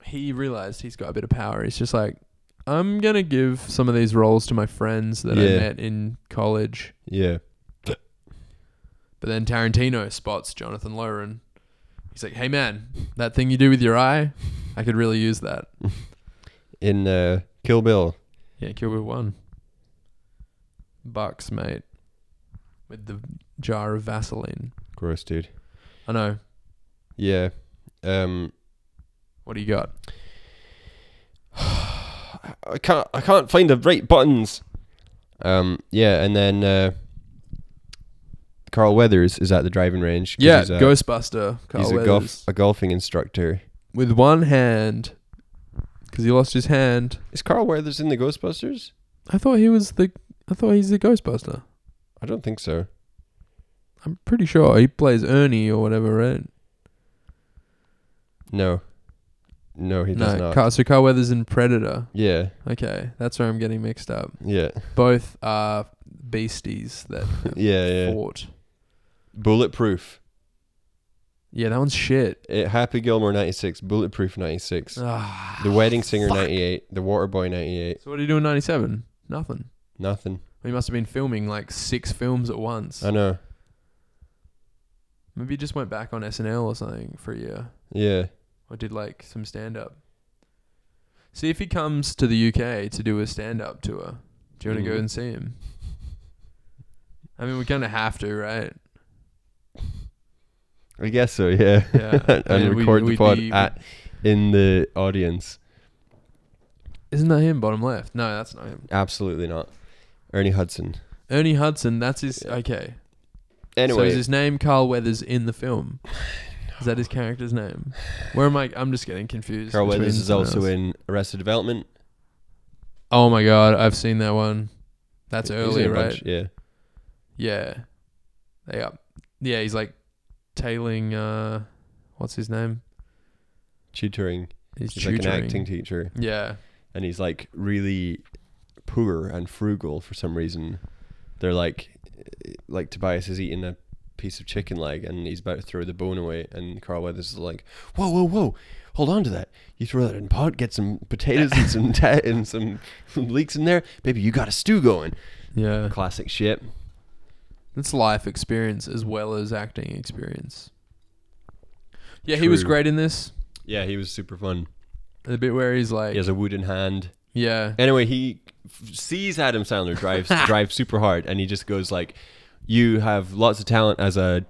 he realized he's got a bit of power. He's just like, I'm gonna give some of these roles to my friends that I Yeah. met in college. Yeah. But then Tarantino spots Jonathan Loren. He's like, "Hey man, that thing you do with your eye, I could really use that." In uh, Kill Bill. Yeah, Kill Bill one. Bucks, mate, with the jar of Vaseline. Gross, dude. I know. Yeah. Um What do you got? I can't I can't find the right buttons. Um yeah, and then uh Carl Weathers is at the driving range. 'cause Yeah, he's uh, a- Ghostbuster. Carl he's a Weathers. golf a golfing instructor. with one hand, because he lost his hand. Is Carl Weathers in the Ghostbusters? I thought he was the. I thought he's the Ghostbuster. I don't think so. I'm pretty sure he plays Ernie or whatever, right? No. No, he does no, not. Carl, so Carl Weathers in Predator. yeah. Okay, that's where I'm getting mixed up. (laughs) Yeah. Both are beasties that Yeah, yeah. fought. Bulletproof Yeah, that one's shit. It, Happy Gilmore 96, Bulletproof 96, Ah. The Wedding Singer 98, The Waterboy 98. So what did you do in '97? Nothing. Nothing. He must have been filming like six films at once. I know. Maybe he just went back on SNL or something for a year, Yeah. or did like some stand up. See if he comes to the UK to do a stand up tour. Do you want to go Mhm. and see him? I mean, we kind of have to, right? I guess so, yeah. (laughs) Yeah. (laughs) and Yeah, we- record the we'd pod be- at in the audience. Isn't that him, bottom left? No, that's not him. Absolutely not. Ernie Hudson. Ernie Hudson. That's his. Yeah. Okay. so Anyway, is his name Carl Weathers in the film? Is that his character's name? Where am I? I'm just getting confused. Carl between Weathers is someone also else. in Arrested Development. Oh my god, I've seen that one. That's He's in early, a right? bunch, Yeah. Yeah. They up. Yeah, he's like tailing uh what's his name? Tutoring. He's, He's tutoring. like an acting teacher. yeah. and he's like really poor and frugal for some reason. They're like, like Tobias is eating a piece of chicken leg and he's about to throw the bone away, and Carl Weathers is like, "Whoa, whoa, whoa! Hold on to that. You throw that in a pot, get some potatoes and some (laughs) ta- and some, some leeks in there, baby. You got a stew (laughs) going." Yeah. Classic shit. It's life experience as well as acting experience. Yeah, he was True. great in this. Yeah, he was super fun. The bit where he's like He has a wooden hand. Yeah. Anyway, he f- sees Adam Sandler drive drive super hard, and he just goes like, "You have lots of talent as a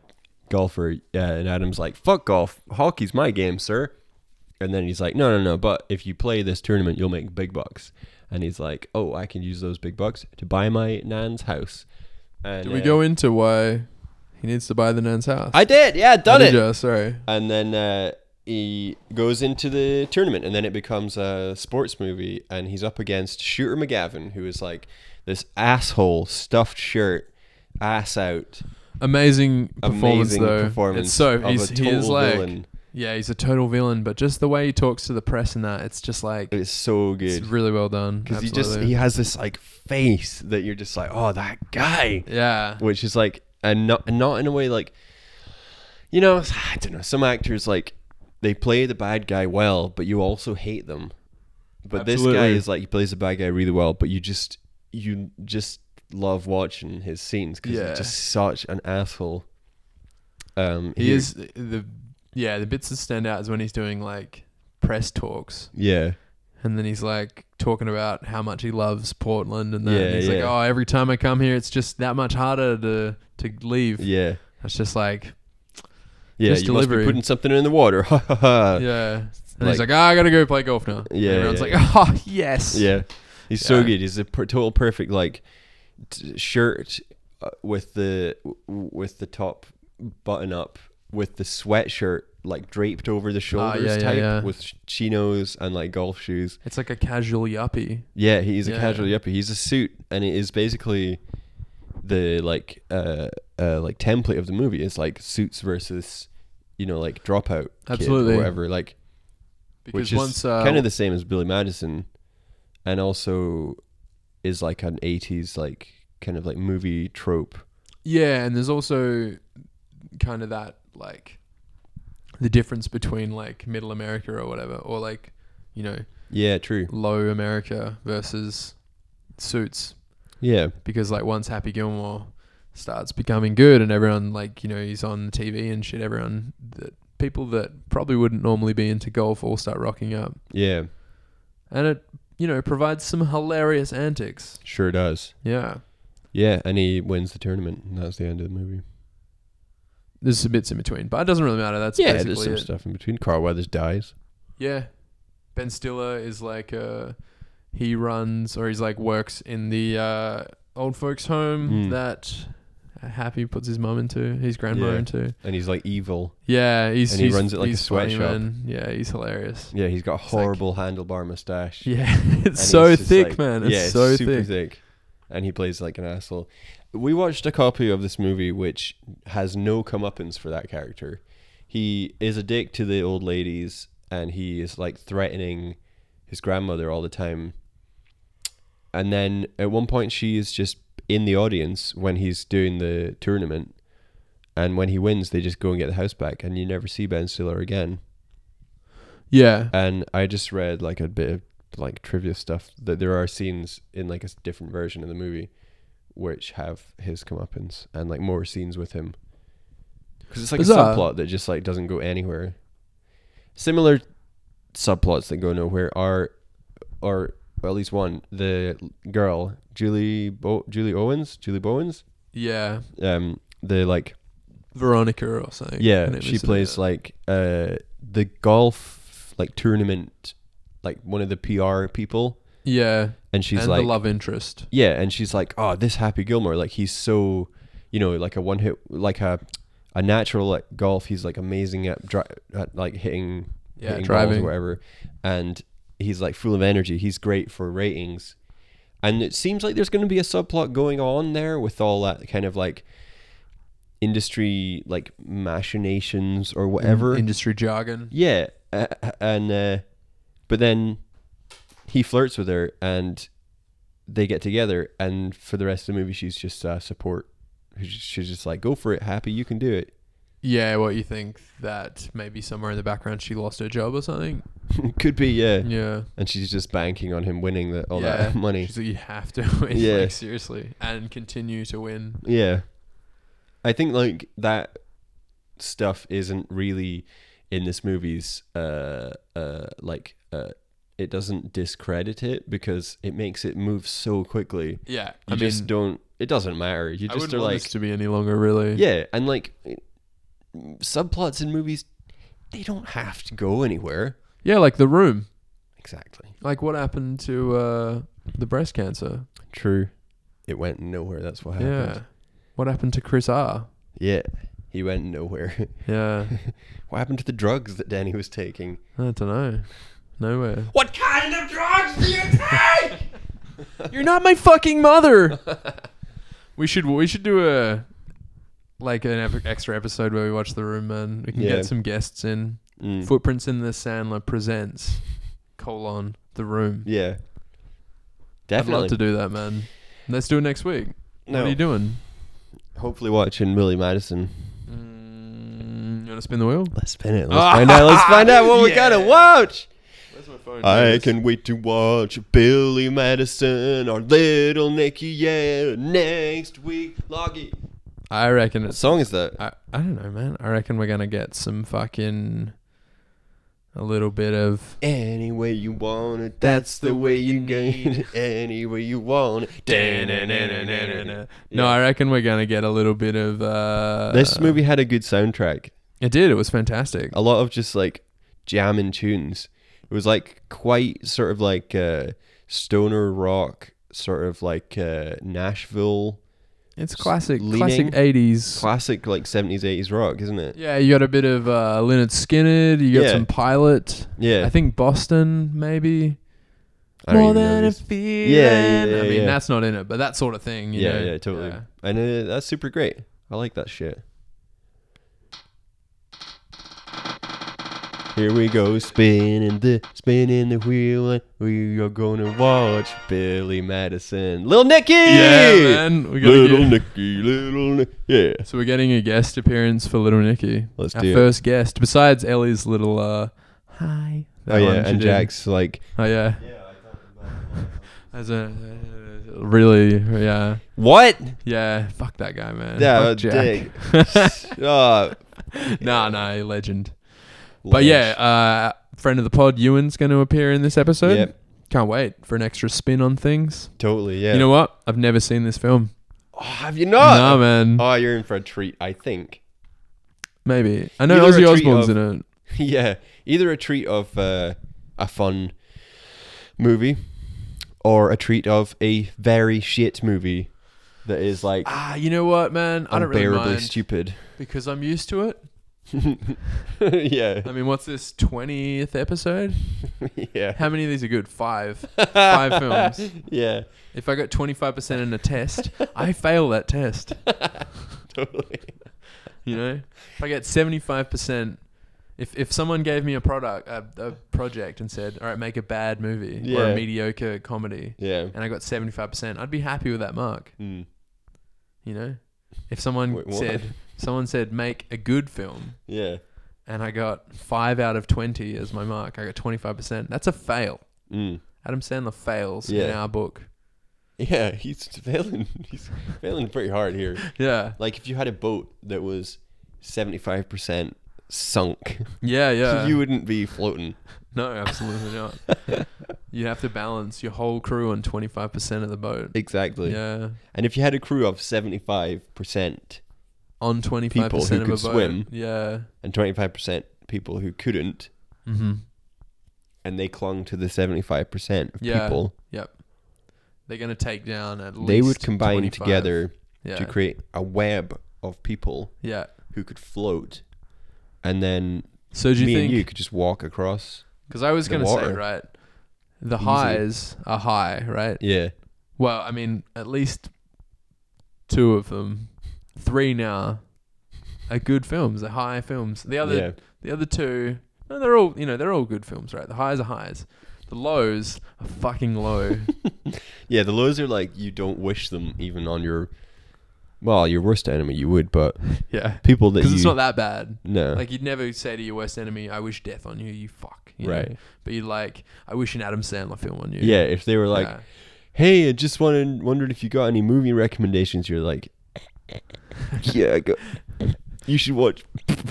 golfer." Yeah, and Adam's like, "Fuck golf, hockey's my game, sir." And then he's like, "No, no, no, but if you play this tournament, you'll make big bucks." And he's like, "Oh, I can use those big bucks to buy my nan's house." And, Did we uh, go into why he needs to buy the nan's house? I did, yeah, done Or it. did ya? sorry. And then uh, he goes into the tournament, and then it becomes a sports movie, and he's up against Shooter McGavin, who is like this asshole, stuffed shirt, ass out, Amazing performance amazing though. performance. It's so of he's a he total is like villain. Yeah, he's a total villain, but just the way he talks to the press and that, it's just like It's so it's good really well done. because he just Absolutely. he has this like face that you're just like, oh, that guy, yeah, which is like, and not and not in a way like, you know, (sighs) I don't know, some actors like they play the bad guy well, but you also hate them. But this guy Absolutely. is like he plays the bad guy really well, but you just you just love watching his scenes because Yeah. he's just such an asshole. Um, he is the yeah the bits that stand out is when he's doing like press talks, Yeah, and then he's like talking about how much he loves Portland, and then Yeah, he's like, yeah. oh, every time I come here, it's just that much harder to to leave. yeah, It's just like yeah. Just you must delivery. be putting something in the water. (laughs) Ha ha ha. yeah, and he's Uh, like- like, oh, I gotta go play golf now. And Yeah, everyone's yeah, like, oh yes, Yeah, he's so Yeah. good. He's a per- total perfect like t- shirt uh, with the w- with the top button up with the sweatshirt like draped over the shoulders Ah, yeah, yeah, type yeah. with sh- chinos and like golf shoes. It's like a casual yuppie. Yeah, he's a Yeah. casual yuppie. He's a suit, and it is basically the like uh, uh like template of the movie. It's like suits versus you know like dropout kid Absolutely. or whatever. Like Because which is once uh, kind of the same as Billy Madison, and also is like an '80s like kind of like movie trope. Yeah, and there's also kind of that like the difference between like middle America or whatever, or like you know Yeah, true. low America versus Suits, Yeah, because like once Happy Gilmore starts becoming good and everyone like you know he's on TV and shit, everyone that people that probably wouldn't normally be into golf all start rocking up, yeah, and it you know provides some hilarious antics. sure does. Yeah, Yeah, and he wins the tournament, and that's the end of the movie. there's some bits in between, but it doesn't really matter. That's yeah, basically there's some it. stuff in between. Carl Weathers dies. Yeah. Ben Stiller is like uh he runs or he's like works in the uh old folks home Mm. that Happy puts his mum into, his grandma Yeah. into. And he's like evil. Yeah, he's And he he's- runs it like a he's funny, sweatshop. man. Yeah, he's hilarious. Yeah, he's got a like- horrible handlebar mustache. Yeah, (laughs) And it's he's so just, thick, like- man. It's yeah, so super thick. And he plays like an asshole. We watched a copy of this movie which has no comeuppance for that character. He is a dick to the old ladies, and he is like threatening his grandmother all the time. And then at one point, she is just in the audience when he's doing the tournament, And when he wins, they just go and get the house back, and you never see Ben Stiller again. Yeah. And I just read like a bit of like trivia stuff that there are scenes in like a s- different version of the movie which have his comeuppance and like more scenes with him because it's like Bizarre. a subplot that just like doesn't go anywhere. Similar subplots that go nowhere are, or well, at least one the girl Julie Bo- Julie Owens Julie Bowens Yeah. um the like Veronica or something. Her yeah, name she is, uh, plays like uh the golf like tournament like one of the PR people Yeah. and she's and like the love interest. yeah, and she's like, "Oh, this Happy Gilmore, like he's so, you know, like a one hit like a a natural at golf, he's like amazing at, dri- at like hitting Yeah, hitting balls driving. or whatever." And he's like full of energy. He's great for ratings. And it seems like there's going to be a subplot going on there with all that kind of like industry like machinations or whatever. Industry jargon. Yeah, uh, and uh, but then he flirts with her, and they get together. And for the rest of the movie, she's just uh, support. She's- She's just like, "Go for it, happy. You can do it." (laughs) Yeah, what you think that maybe somewhere in the background she lost her job or something? Could be, yeah. Yeah. And she's just banking on him winning the, all that (laughs) Yeah. money. She's like, you have to (laughs) win. Yeah. Like, seriously. And continue to win. Yeah, I think like that stuff isn't really in this movie's uh uh like uh it doesn't discredit it because it makes it move so quickly Yeah. You I just mean, don't. It doesn't matter. You I just wouldn't are want like, this to be any longer, really. yeah, and like subplots in movies, they don't have to go anywhere. Yeah, like the room. Exactly. Like what happened to uh, the breast cancer? True. It went nowhere. That's what Yeah. happened. What happened to Chris R? Yeah. He went nowhere. (laughs) Yeah. what happened to the drugs that Danny was taking? I don't know. (laughs) Nowhere. What kind of drugs do you take? You're not my fucking mother. (laughs) we should we should do a like an epi- extra episode where we watch The Room, man. We can Yeah. get some guests in. Mm. Footprints in the Sandler presents colon The Room. yeah. I'd Definitely. love to do that, man. Let's do it next week. no. What are you doing? Hopefully, watching Willie Madison. Mm, you want to spin the wheel? Let's spin it. Let's find out. Let's find out what we gotta (laughs) Yeah. watch. Where's my phone? I can wait to watch Billy Madison or Little Nicky, yeah, next week. Loggy. I reckon What it's. song is that? I, I don't know, man. I reckon we're gonna get some fucking a little bit of Any way you want it, that's the way you get it. Any way you want it. No, I reckon we're gonna get a little bit of. Uh, This movie had a good soundtrack. It did. It was fantastic. A lot of just like jamming tunes. It was like quite sort of like uh, stoner rock, sort of like uh, Nashville It's classic, leaning- classic eighties. classic, like 70s, 80s rock, isn't it? yeah, you got a bit of uh, Leonard Skinner. You got Yeah. some Pilot. Yeah. I think Boston, maybe. I don't More even know than a this. feeling. yeah, yeah, I mean, yeah. that's not in it, but that sort of thing. you Yeah, know? yeah, totally. Yeah. And uh, that's super great. I like that shit. Here we go, spinning the spinning the wheel, and we are gonna watch Billy Madison, Little Nicky, Yeah, man. We gotta Little get- Nicky, Little Nicky, yeah. So we're getting a guest appearance for Little Nicky. Let's Our do it. first guest, besides Ellie's little uh, hi. Oh that yeah, one she and did. Jack's like, Oh yeah. As a uh, really yeah (laughs) what? (laughs) yeah fuck that guy man. Yeah, uh, Fuck Jack. dig. oh, (laughs) nah, nah, legend. But yeah, uh, friend of the pod, Ewan's going to appear in this episode. Yep. Can't wait for an extra spin on things. totally. Yeah. You know what? I've never seen this film. oh, have you not? nah, man. Oh, you're in for a treat, I think. (laughs) Maybe I Either know a Ozzy treat Osbourne's of- in it. yeah, either a treat of uh, a fun movie or a treat of a very shit movie that is like Ah, you know what, man? I don't really unbearably mind stupid. (laughs) because I'm used to it. I (laughs) yeah, mean, what's this twentieth episode? yeah, How many of these are good? Five. (laughs) Five films. yeah, If I got twenty five percent in a (laughs) test, I fail that test. totally. You know, if I get seventy five percent, if if someone gave me a product, a, a project, and said, "All right, make a bad movie or Yeah. a mediocre comedy," Yeah, and I got seventy five percent, I'd be happy with that mark. Mm. You know, If someone Wait, what? said someone said make a good film Yeah. and I got 5 out of 20 as my mark, I got 25%. That's a fail. Mm. Adam Sandler fails in Yeah. our book. Yeah, he's failing. (laughs) He's failing pretty hard here. Yeah. Like if you had a boat that was seventy five percent sunk, Yeah, (laughs) yeah. you wouldn't be floating. no, absolutely not. (laughs) you have to balance your whole crew on 25% of the boat. Exactly. Yeah. And if you had a crew of seventy five percent On 25% People who of a could boat. swim. Yeah. and twenty five percent people who couldn't, Mm-hmm. Mhm. and they clung to the seventy five percent of Yeah. people, They're going to take down at least they would combine 25. together yeah. to create a web of people Yeah. who could float, and then So do you me think and you could just walk across. Because I was The going to say, water. right, the Easy. highs are high, right? Yeah. Well, I mean, at least two of them, three now, are good films. They're high films. The other, yeah. the other two, no, they're all, you know, they're all good films, right? The highs are highs. The lows are (laughs) fucking low. Yeah, the lows are like you don't wish them even on your well, your worst enemy you would, but yeah, people that because you it's not that bad. no Like you'd never say to your worst enemy, "I wish death on you, you fuck." you know? Right. But you like, "I wish an Adam Sandler film on you." yeah, if they were like, (laughs) Yeah. "Hey, I just wanted wondered if you got any movie recommendations," you're (laughs) like, "Yeah, I got, you should watch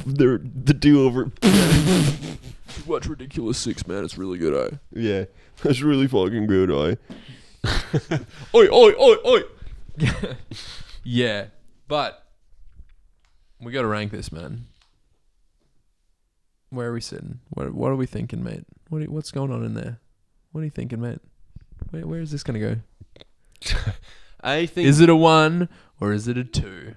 the the do over." watch Ridiculous Six, man. It's really good. Eh? Yeah, that's really fucking good. (laughs) I. oi oi oi oi! (laughs) Yeah, but we got to rank this, man. Where are we sitting? What What are we thinking, mate? What are, What's going on in there? What are you thinking, mate? Where Where is this gonna go? I think Is it a one or is it (laughs) a two?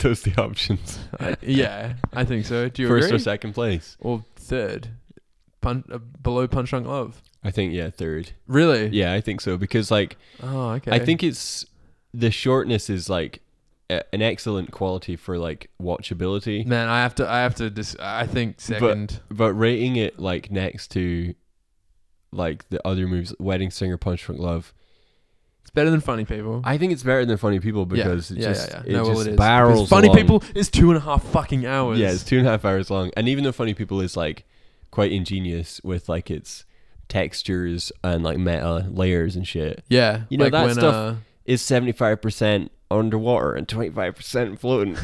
those the options. I, yeah, I think so. Do you First agree? or second place? Or third? Pun, uh, below Punch Drunk Love. I think yeah, third. Really? Yeah, I think so because like Oh, okay. I think it's the shortness is like a, an excellent quality for like watchability, Man, I have to. I have to. Dis- I think second. but rating it like next to like the other movies, Wedding Singer, Punch Drunk Love. it's better than funny people. I think it's better than Funny People because it just it No, well, just it is. barrels. Because funny along. people is two and a half fucking hours. yeah, it's two and a half hours long, and even though Funny People is like quite ingenious with like its textures and like meta layers and shit, Yeah, You know, that stuff- Uh, is seventy five percent underwater and twenty five percent floating. (laughs)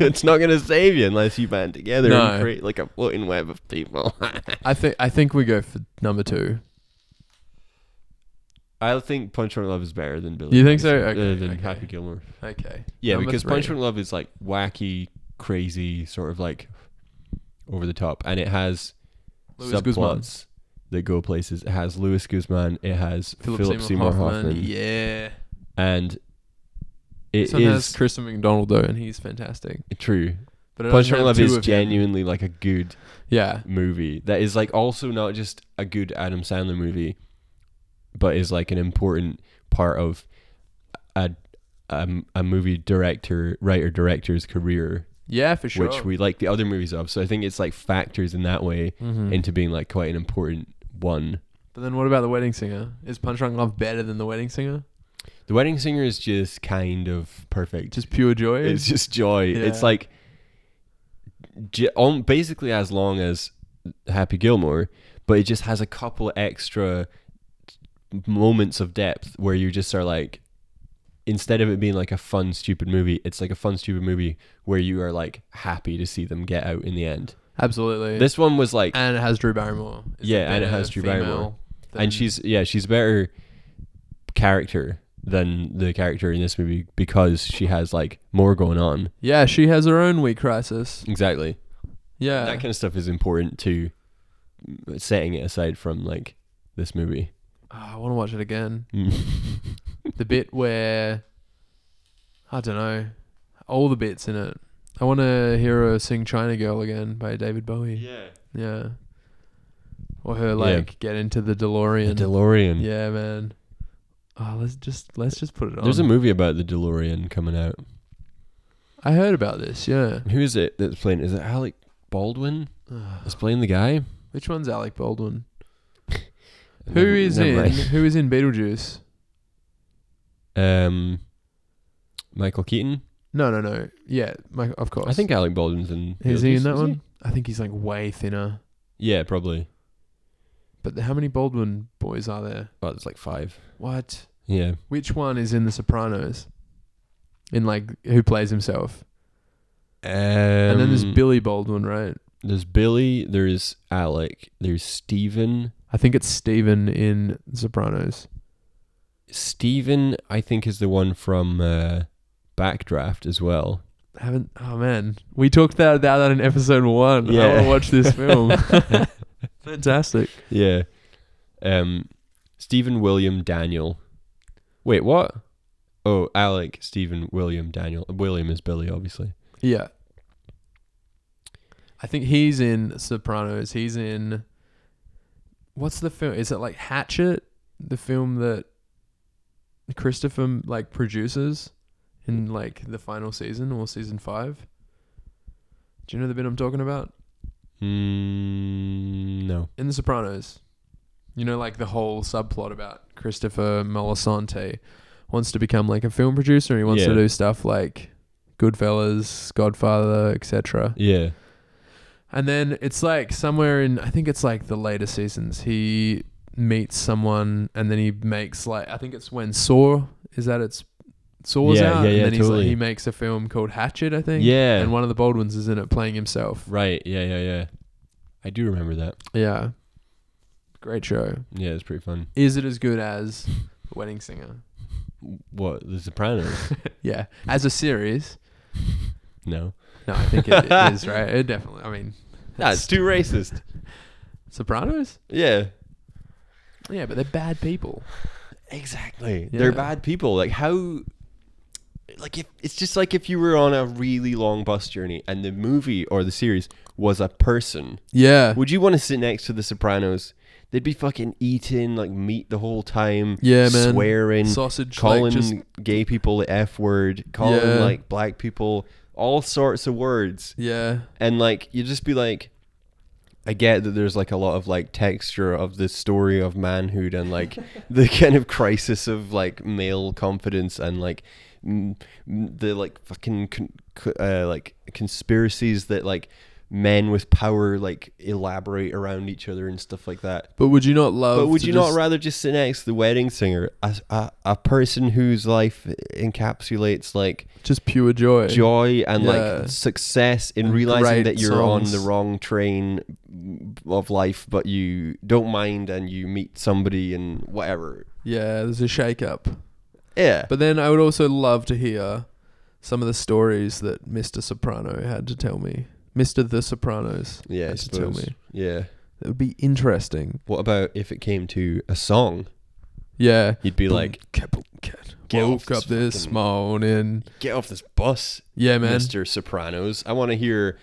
it's not gonna save you unless you band together No. and create like a floating web of people. (laughs) I think I think we go for number two. I think Punch Drunk Love is better than Billy. You think so? Madison, Okay, uh, than okay. Happy Gilmore. Okay. Yeah, Number because three. Punch Drunk Love is like wacky, crazy, sort of like over the top, and it has Louis subplots Guzman. that go places. It has Louis Guzman. It has Philip, Seymour, Hoffman, Yeah. and it so has is Kristen McDonald though, and he's fantastic. true. But it Punch doesn't Drunk have Love two is of him. genuinely like a good Yeah. movie that is like also not just a good Adam Sandler movie, but is like an important part of a a, a movie director writer director's career, Yeah, for sure. which we like the other movies of. So I think it's like factors in that way Mhm. into being like quite an important one. But then what about the Wedding Singer? Is Punch Drunk Love better than the Wedding Singer? The Wedding Singer is just kind of perfect. Just pure joy. it's just joy. It's Yeah. like j- on basically as long as Happy Gilmore, but it just has a couple extra moments of depth where you just are like, instead of it being like a fun stupid movie, it's like a fun stupid movie where you are like happy to see them get out in the end. Absolutely. This one was like, and it has Drew Barrymore. It's a Yeah, and it better has Drew female Barrymore. than- and she's yeah, she's a better character than the character in this movie because she has like more going on. yeah, she has her own week crisis. Exactly. Yeah. that kind of stuff is important to setting it aside from like this (laughs) movie. Ah, I want to watch it again. Mm. the bit where I don't know all the bits in it. I want to hear her sing "China Girl" again by David Bowie. yeah. Yeah, or her like get into the The DeLorean. DeLorean. yeah, man. Oh, let's just let's just put it on. There's a movie about the DeLorean coming out. I heard about this. Yeah, Who is it that's playing? Is it Alec Baldwin? Ugh. That's playing the guy. Ah, which one's Alec Baldwin? Who Never- is never in mind. Who is in Beetlejuice? Um, Michael Keaton. No, no, no. Yeah, my, of course. I think Alec Baldwin's in. is he Beetlejuice, in that is one? I think he's like way thinner. Yeah, probably. But how many Baldwin boys are there? Well, it's like five. What? Yeah. Which one is in The Sopranos? In like who plays himself? Um, and then there's Billy Baldwin, right? There's Billy. There's Alec. There's Steven. I think it's Steven in Sopranos. Steven, I think, is the one from uh, Backdraft as well. haven't. Oh man, we talked about that in episode one. I want Yeah. to (laughs) watch this film. Fantastic. Yeah. Um, Stephen William Daniel. Wait, what? Oh, Alec Stephen William Daniel. William is Billy, obviously. Yeah. I think he's in Sopranos. He's in. What's the film? Is it like Hatchet? The film that Christopher like produces in like the final season or season five. Do you know the bit I'm talking about? Mm, no. in The Sopranos, you know, like the whole subplot about Christopher Molisante wants to become like a film producer. He wants to Yeah. do stuff like Goodfellas, Godfather, etc. Yeah. And then it's like somewhere in, I think it's like the later seasons, he meets someone and then he makes like, I think it's when Saw is that its Saw's Yeah, out, yeah, and yeah, then he's like, totally. he makes a film called Hatchet, I think. Yeah. And one of the Baldwins is in it playing himself. Right. Yeah. Yeah. Yeah. I do remember that. Yeah. Great show. Yeah, it's pretty fun. is it as good as The (laughs) Wedding Singer? What? The Sopranos? Yeah, as a series. no. No, I think (laughs) it it is right. It definitely. I mean, That's too racist. Sopranos. Yeah. Yeah, but they're bad people. Exactly. Yeah. They're bad people. Like how like if it's just like if you were on a really long bus journey and the movie or the series was a person, Yeah. would you want to sit next to the Sopranos? They'd be fucking eating like meat the whole time. Yeah, man. Swearing, Sausage, like, calling just- gay people the f word, calling Yeah. like black people all sorts of words Yeah. and like you just be like i get that there's like a lot of like texture of the story of manhood and like the kind of crisis of like male confidence and like m- m- the like fucking con- co- uh, like conspiracies that like men with power like elaborate around each other and stuff like that But would you not love? but would to you just- not rather just sit next to the wedding singer a, a, a person whose life encapsulates like just pure joy? joy and Yeah. like success in And realizing great that you're on the songs. wrong train of life, but you don't mind and you meet somebody and whatever. Yeah, there's a shake up. Yeah. But then I would also love to hear some of the stories that Mr. Soprano had to tell me. Mr. The Sopranos yeah, I had to tell suppose. me. Yeah. That would be interesting. What about if it came to a song? Yeah. You'd be like, Get off woke up this this fucking- morning. get off this bus, Yeah, man. Mr. Sopranos. I want to hear.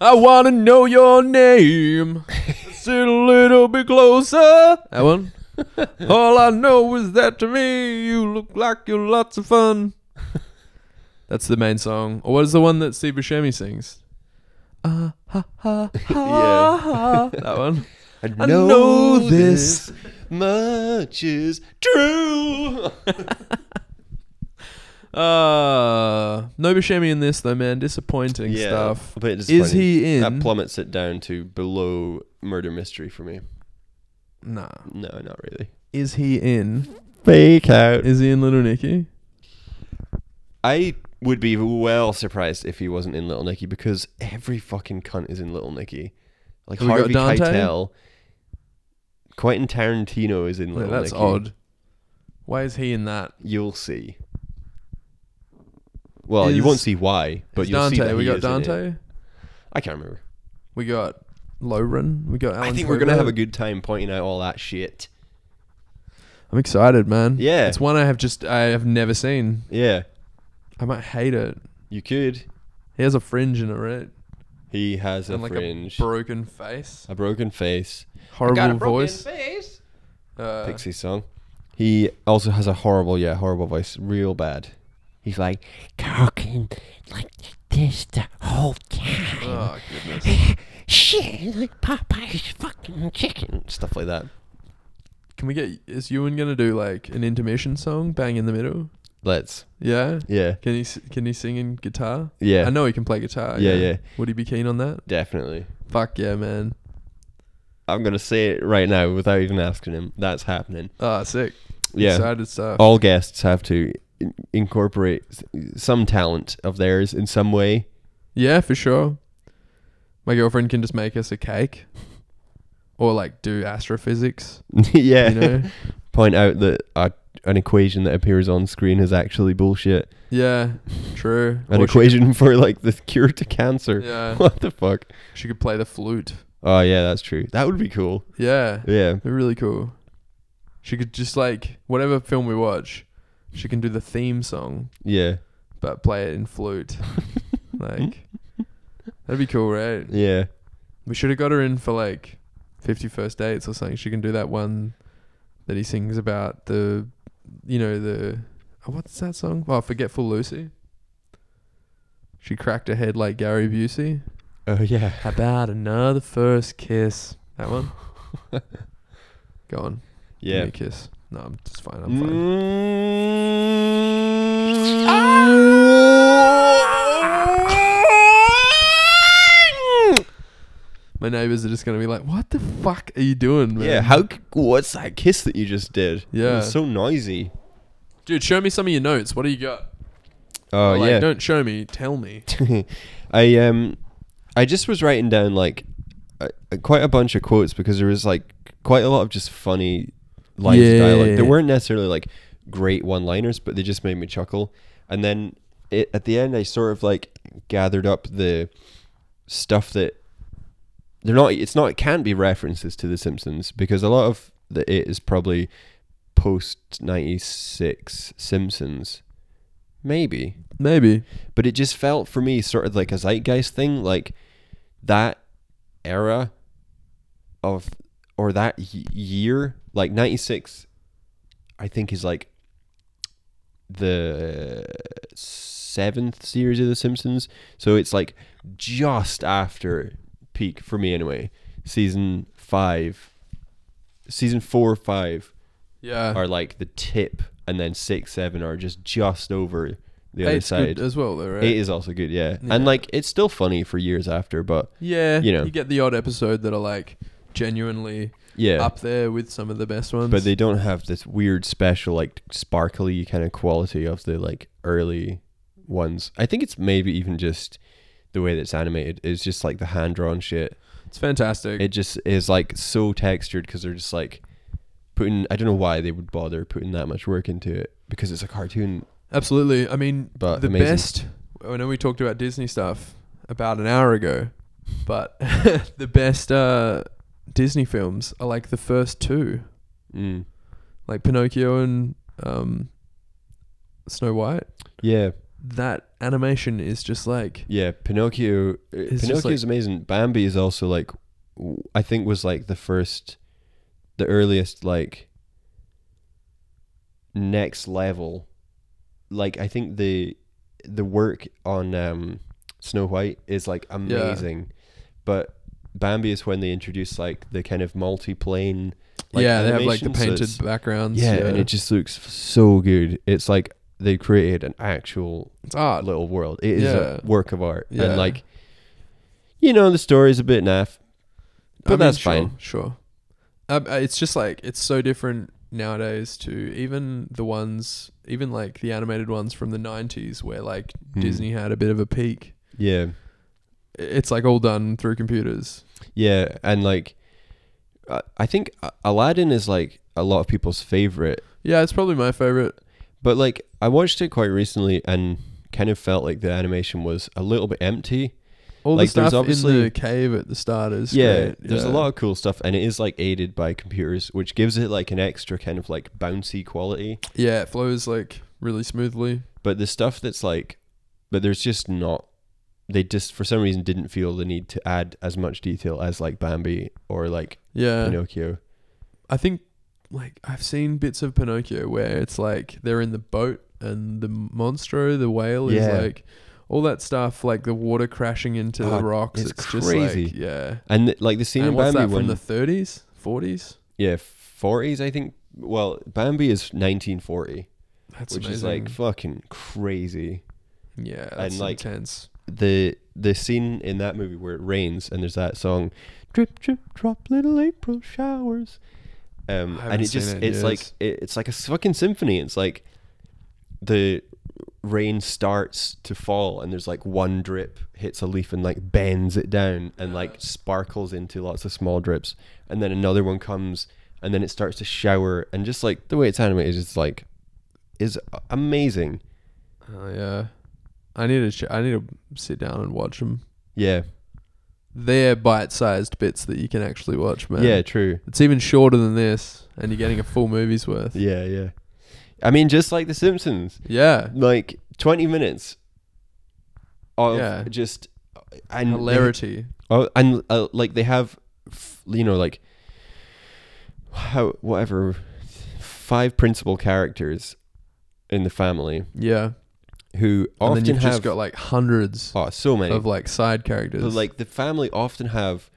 I wanna know your name. Sit a little bit closer. That one. (laughs) All I know is that to me, you look like you're lots of fun. That's the main song. Or what is the one that Steve Buscemi sings? Ah ha (laughs) ha ha. ha. That one. I know this much is true. (laughs) Uh, no Buscemi in this though, man. Disappointing stuff. But it's Is funny. he in? That plummets it down to below murder mystery for me. Nah. No, not really. Is he in? Fake out. Is he in Little Nicky? I would be well surprised if he wasn't in Little Nicky because every fucking cunt is in Little Nicky. Like Have we Harvey got Dante? Keitel, Quentin Tarantino is in No, Little that's Nicky. odd. Why is he in that? You'll see. Well, you Is- won't see why, but It's you'll Dante. see that we he got is in it. Dante. I can't remember. We got Loren. We got. Alan I think we're gonna have a Tudyk. good time pointing out all that shit. I'm excited, man. Yeah. it's one I have just I have never seen. Yeah, I might hate it. you could. He has a fringe in it, right? He has a and like fringe, a broken face, a broken face, horrible voice. face. Uh, Pixie song. He also has a horrible, yeah, horrible voice, real bad. He's like talking like this the whole time. (laughs) oh goodness! Shit, like Popeye's fucking chicken, stuff like that. Can we get? Is Ewan gonna do like an intermission song, bang in the middle? Let's. Yeah. Yeah. Can he s- can he sing in guitar? Yeah. I know he can play guitar. Yeah, yeah. Would he be keen on that? Definitely. Fuck yeah, man. I'm gonna say it right now without even asking him. That's happening. Ah, sick. Yeah. Excited stuff. All guests have to in- incorporate s- some talent of theirs in some way. (laughs) Yeah, for sure. My girlfriend can just make us a cake, or like do astrophysics. yeah. You know. Point out that uh, an equation that appears on screen is actually bullshit. yeah. True. An Or she could- equation for like the cure to cancer. yeah. (laughs) What the fuck? She could play the flute. Oh yeah, that's true. That would be cool. Yeah. Yeah. They're really cool. She could just like whatever film we watch, she can do the theme song Yeah. but play it in flute. like that'd be cool, right? Yeah. We should have got her in for like fifty first dates or something. She can do that one that he sings about the you know, the oh, what's that song? Oh, Forgetful Lucy. She cracked her head like Gary Busey. Oh yeah. How about another first kiss? (laughs) That one? Go on. Give Yeah. Mm. me a kiss. No, I'm just fine. I'm fine. Yeah, My neighbors are just gonna be like, "What the fuck are you (laughs) doing, Mm. man?" how? c- What's that kiss that you just did? it Yeah. was so noisy. dude? Show me some of your notes. What do you got? Oh Or, like, yeah. Don't show me. Tell me. (laughs) I um, I just was writing down like uh, quite a bunch of quotes because there was like quite a lot of just funny lines of Yeah. dialogue. They weren't necessarily like great one-liners, but they just made me chuckle. And then it, at the end, I sort of like gathered up the stuff that they're not. It's not. It can't be references to The Simpsons because a lot of the it is probably post '96 Simpsons, maybe Maybe. but it just felt for me sort of like a zeitgeist thing like that era of or that y- year like 96 i think is like the seventh series of the simpsons so it's like just after peak for me anyway season 5 season 4 5 Yeah. are like the tip and then 6 7 are just just over the other Eight's side good as well, though, right? it is also good, yeah. Yeah. And like it's still funny for years after, but Yeah. you know. you get the odd episode that are like genuinely yeah. up there with some of the best ones. but they don't have this weird special like sparkly kind of quality of the like early ones. I think it's maybe even just the way that it's animated It's just like the hand drawn shit. it's fantastic. It just is like so textured because they're just like putting I don't know why they would bother putting that much work into it because it's a cartoon. Absolutely. I mean, But the amazing. best. I know we talked about Disney stuff about an hour ago, but (laughs) the best uh, Disney films are like the first two, Mm. like Pinocchio and um, Snow White. Yeah, That animation is just like Yeah, Pinocchio. uh, It's just Pinocchio is amazing. Bambi is also like, w- I think was like the first, the earliest like. Next level, like I think the, the work on um, Snow White is like amazing, but Bambi is when they introduce like the kind of multi-plane. Like, yeah, they have like the animation, so painted it's- backgrounds. yeah, and it just looks so good. It's like they created an actual it's art. little world. It is a Yeah. work of art, Yeah. and like, you know, the story's a bit naff, but I mean, that's sure, fine. Sure. Um, uh, it's just like it's so different nowadays to even the ones, even like the animated ones from the '90s, where like Hmm. Disney had a bit of a peak. Yeah, I- It's like all done through computers. yeah, and like, I I think A- Aladdin is like a lot of people's favorite, Yeah, it's probably my favorite. but like I watched it quite recently and kind of felt like the animation was a little bit empty. All Like, the there's stuff in obviously- the cave at the start is yeah, great. there's a lot of cool stuff, and it is like aided by computers, which gives it like an extra kind of like bouncy quality. Yeah, it flows like really smoothly. but the stuff that's like but there's just not they just for some reason didn't feel the need to add as much detail as like bambi or like Yeah, pinocchio I think like I've seen bits of Pinocchio where it's like they're in the boat and the monstro, the whale Yeah. is like all that stuff, like the water crashing into Oh, the rocks. it's It's, crazy. just like yeah. and th- like the scene And in what's bambi that one from the thirties, forties? yeah 40s i think well bambi is 1940 That's which amazing. is like fucking crazy. yeah, that's like- intense. the the scene in that movie where it rains and there's that song drip drip drop little april showers um I and haven't it just seen it in it's like years. it, it's like a s- fucking symphony it's like the rain starts to fall and there's like one drip hits a leaf and like bends it down and like sparkles into lots of small drips and then another one comes and then it starts to shower and just like the way it's animated is like is amazing Oh yeah, I need to. Ch- I need to sit down and watch them. yeah They're bite-sized bits that you can actually watch, man. yeah true it's even shorter than this, and you're getting a full movie's worth. Yeah, yeah. I mean, just like The Simpsons, Yeah, like twenty minutes of Yeah. just and hilarity. Oh, and uh, like they have, f- you know, like how whatever five principal characters in the family Yeah, who and often then you've have just got like hundreds oh, so many. of like side characters. But, like the family often have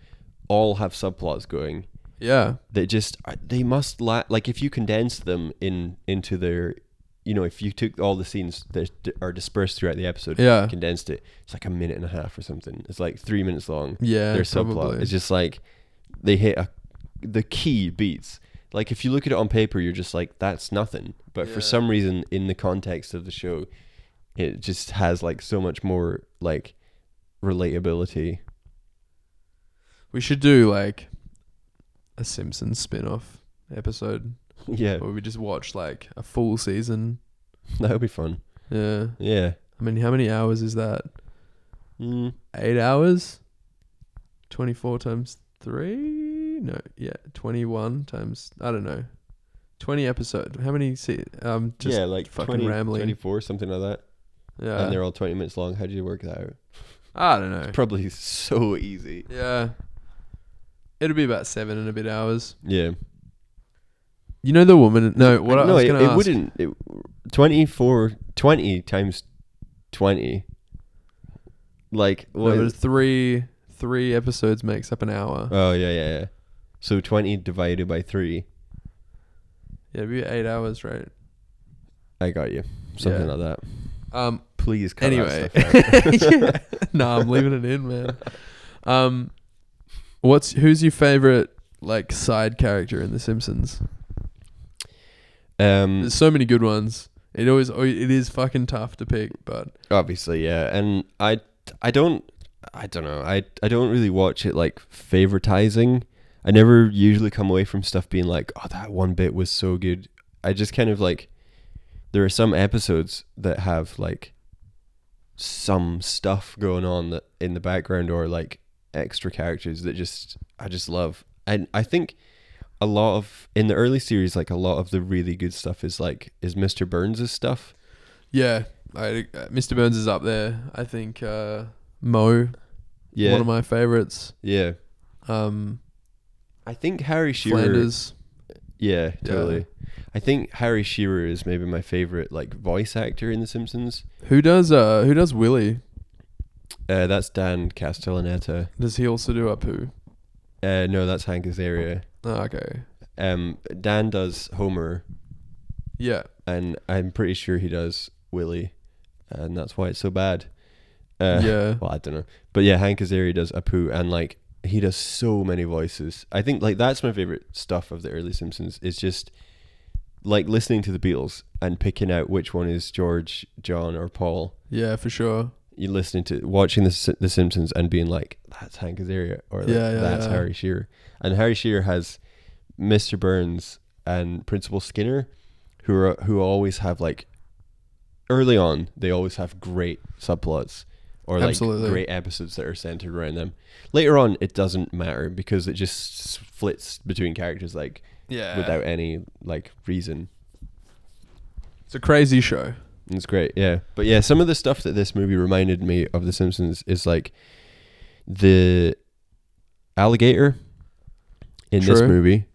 all have subplots going yeah, they just they must la- like if you condense them in into their you know if you took all the scenes that are dispersed throughout the episode Yeah. condensed it it's like a minute and a half or something it's like three minutes long yeah, their subplot probably. it's just like they hit a, the key beats like if you look at it on paper you're just like that's nothing but Yeah. for some reason in the context of the show it just has like so much more like relatability (laughs) we should do like a Simpsons spin-off episode yeah where we just watch like a full season. that would be fun Yeah, yeah I mean, how many hours is that? mm, eight hours. Twenty four times three? No, yeah, twenty one times I don't know. Twenty episode. How many? See, um, just yeah, like fucking 20, rambling. Uh. 24, something like that. and yeah. they're all 20 minutes long. How do you work that out? I don't know. Probably so easy. Yeah, it'll be about seven and a bit hours. Yeah. You know the woman? No, what I, no, was it, gonna it ask. wouldn't. It, 24, 20 times 20. Like, No, what? but is- three three episodes makes up an hour. oh, yeah, yeah, yeah. So 20 divided by 3. yeah, it'd be eight hours, right? I got you. Something Yeah. like that. Um, Please cut anyway, that stuff out. (laughs) Yeah. no, I'm leaving it in, man. Um, what's who's your favorite like side character in The Simpsons? Um, There's so many good ones. It always oh, it is fucking tough to pick, but obviously, yeah. And I, I don't, I don't know. I, I don't really watch it like favoritizing. I never usually come away from stuff being like, oh, that one bit was so good. I just kind of like, there are some episodes that have like some stuff going on that in the background or like extra characters that just I just love. And I think a lot of in the early series, like a lot of the really good stuff is like is Mr. Burns' stuff. yeah, I, uh, Mr. Burns is up there. I think uh, Mo, Yeah. one of my favorites. yeah. Um, I think Harry Shearer. Flanders, Yeah, Yeah. totally. I think Harry Shearer is maybe my favorite like voice actor in The Simpsons. who does uh who does Willie? Uh, that's Dan Castellaneta. Does he also do Apu? Uh, no, that's Hank Azaria. Oh, okay, Um, Dan does Homer, yeah, and I'm pretty sure he does Willie, and that's why it's so bad. Uh, yeah. (laughs) Well, I don't know, but yeah, Hank Azaria does Apu, and like he does so many voices. I think like that's my favorite stuff of the early Simpsons. Is just like listening to the Beatles and picking out which one is George, John, or Paul. Yeah, for sure. You listening to watching the Si- the Simpsons and being like, "That's Hank Azaria," or like, Yeah, yeah, "That's yeah. Harry Shearer," and Harry Shearer has Mr. Burns and Principal Skinner, who are who always have like early on they always have great subplots or like Absolutely. great episodes that are centered around them. Later on, it doesn't matter because it just s- flits between characters like Yeah, without any like reason. it's a crazy show. It's great, yeah. But yeah, some of the stuff that this movie reminded me of The Simpsons is like the alligator in this True. movie.